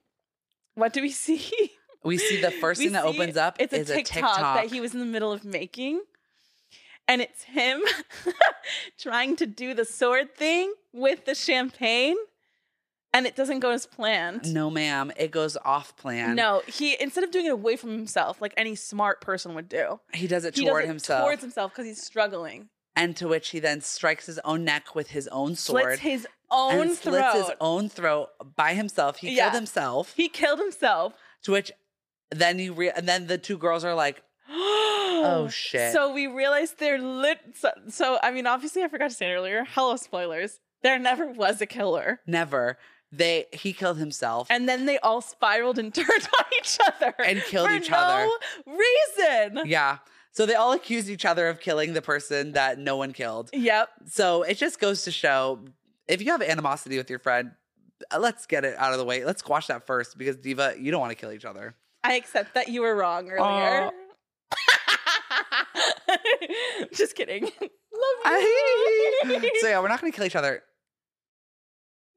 what do we see? We see the first We thing that see opens up It's is a TikTok, that he was in the middle of making, and it's him trying to do the sword thing with the champagne, and it doesn't go as planned. no, ma'am. It goes off plan. No, he instead of doing it away from himself like any smart person would do, He does it he toward does it himself. towards himself because he's struggling. and to which he then strikes his own neck with his own sword. slits his own and throat. slits his own throat by himself. He Yeah. killed himself. he killed himself. to which then you re- and then the two girls are like, oh shit. So we realized they're lit. So, so, I mean, obviously, I forgot to say it earlier. Hello, spoilers. There never was a killer. never. They he killed himself. And then they all spiraled and turned on each other And killed for each other. No reason. yeah. So they all accuse each other of killing the person that no one killed. Yep. So it just goes to show if you have animosity with your friend, uh, let's get it out of the way. Let's squash that first because Diva, you don't want to kill each other. I accept that you were wrong earlier. Just kidding. Love you. so yeah, we're not going to kill each other.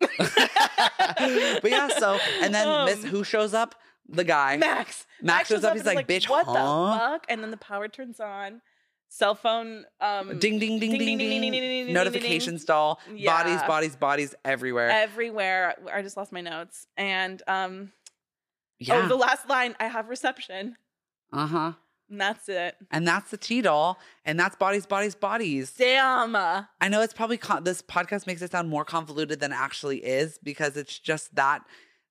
but yeah, so and then Miss Um, who shows up? The guy. Max. Max shows up, he's and like, "Bitch, what huh?" the fuck? And then the power turns on. Cell phone. Um, ding ding Ding, ding ding, ding ding, ding, ding, ding, ding, ding. ding, Notification stall. Bodies, Yeah. bodies, bodies everywhere. everywhere. I just lost my notes. And um, oh, Yeah. the last line. I have reception. Uh huh. And that's it. And that's the T doll, and that's bodies, bodies, bodies. Damn. I know it's probably con- this podcast makes it sound more convoluted than it actually is because it's just that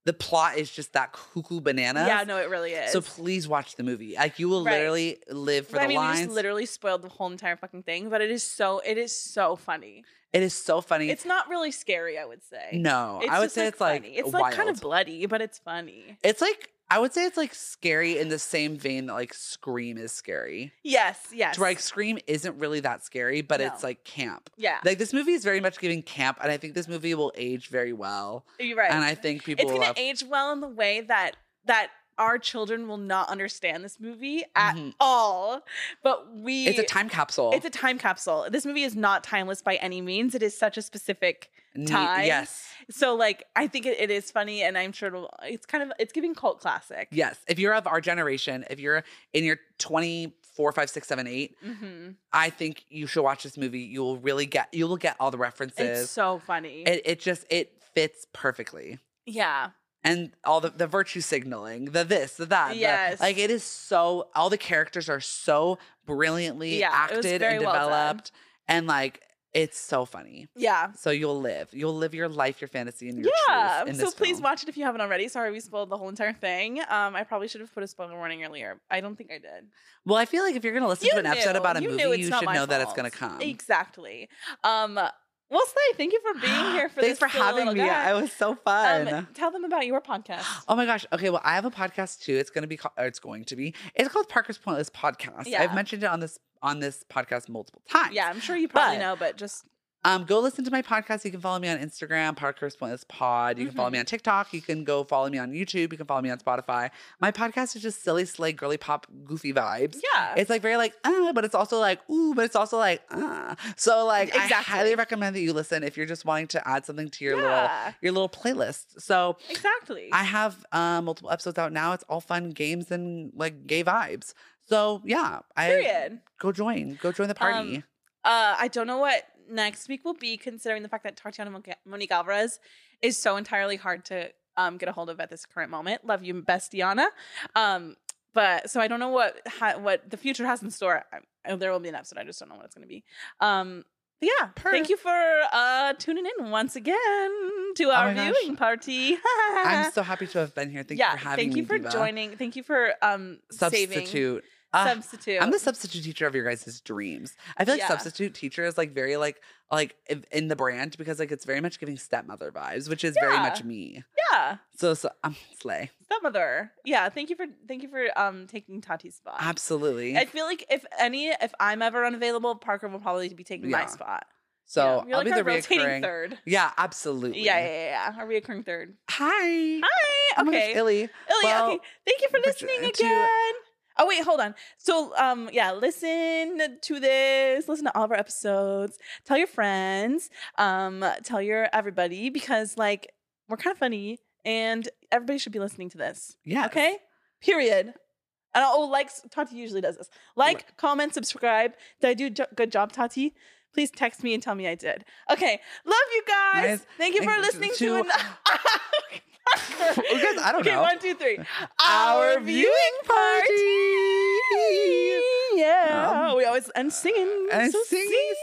the plot is just that cuckoo bananas. Yeah. No, it really is. So please watch the movie. Like you will Right. literally live for I the mean, we lines. just literally spoiled the whole entire fucking thing, but it is so it is so funny. it is so funny. It's not really scary, I would say. no, it's I would just, say it's like funny. it's wild. like kind of bloody, but it's funny. it's like I would say it's like scary in the same vein that like Scream is scary. Yes, yes. To where, like Scream isn't really that scary, but it's No. like camp. Yeah, Like this movie is very much giving camp, and I think this movie will age very well. you're right. And I think people it's will going love- to age well in the way that that our children will not understand this movie at Mhm. all. But we It's a time capsule. it's a time capsule. This movie is not timeless by any means. It is such a specific. Ne- time. Yes. So like I think it, it is funny, and I'm sure it'll, it's kind of it's giving cult classic. Yes. If you're of our generation, if you're in your 24, 5, 6, 7, 8, hmm I think you should watch this movie. You will really get you will get all the It's references. so funny. It it just it fits perfectly. yeah. And all the, the virtue signaling, the this, the that. the- Yes. like it is so all the characters are so brilliantly Yeah, it was acted and very well done. developed. and like it's so funny. Yeah. So you'll live. You'll live your life, your fantasy, and your yeah. truth. In So this please film. watch it if you haven't already. Sorry we spoiled the whole entire thing. Um, I probably should have put a spoiler warning earlier. I don't think I did. Well, I feel like if you're gonna listen You to an episode knew. about a You knew movie, it's you not should know my that it's fault. gonna come. Exactly. Um, well, Slay, thank you for being here for this. Thanks for silly having little me. guy. It was so Um, fun. tell them about your podcast. Oh my gosh. Okay, well, I have a podcast too. It's gonna be called or it's going to be. It's called Parker's Pointless Podcast. Yeah. I've mentioned it on this on this podcast multiple times. Yeah, I'm sure you probably But- know, but just Um, go listen to my podcast. You can follow me on Instagram, Parker's Pointless Pod. You can Mm-hmm. follow me on TikTok. You can go follow me on YouTube. You can follow me on Spotify. My podcast is just silly, slay, girly pop, goofy vibes. yeah. It's like very like ah, but it's also like ooh, but it's also like ah. So like I Exactly. highly recommend that you listen if you're just wanting to add something to your little yeah, your little playlist. So exactly. I have uh, multiple episodes out now. It's all fun games and like gay vibes. So yeah, I Period. go join. Go join the party. Um, Uh, I don't know what next week will be, considering the fact that Tatiana Mon- Monique Alvarez is so entirely hard to um, get a hold of at this current moment. Love you, best Diana. Um, but so I don't know what ha- what the future has in store. I, I- there will be an episode. I just don't know what it's going to be. Um, but yeah, thank Perf. you for uh, tuning in once again to our Oh my gosh. viewing party. I'm so happy to have been here. Thank you for having uh-huh. thank you me, for Diva. joining. Thank you for um, saving Substitute. Ah, substitute. I'm the substitute teacher of your guys' dreams. I feel like Yeah. substitute teacher is like very like like in- in the brand because like it's very much giving stepmother vibes, which is very Yeah. much me. yeah. So, so um, slay. stepmother. Yeah, thank you for thank you for um taking Tati's spot. Absolutely. I feel like if any if I'm ever unavailable, Parker will probably be taking my Yeah. spot. so Yeah. I'll you're like be our the rotating reoccurring. third. Yeah, absolutely. Yeah, yeah, yeah, yeah. Our reoccurring third. Hi. Hi. Oh my gosh, Okay. Illy. Ilya, Well, okay. Thank you for but, uh, listening to- again. Oh wait, hold on. So um yeah, listen to this. Listen to all of our episodes. Tell your friends. Um tell your everybody because like we're kind of funny and everybody should be listening to this. Yeah. Okay? Period. And oh, likes. Tati usually does this. Like, comment, subscribe. Did I do jo- good job, Tati? Please text me and tell me I did. Okay. Love you guys. Nice. Thank you for And listening to, to- an- Because I don't okay, know. one, two, three. Our viewing party. Yeah. Um, we always end singing. And So sing, sing.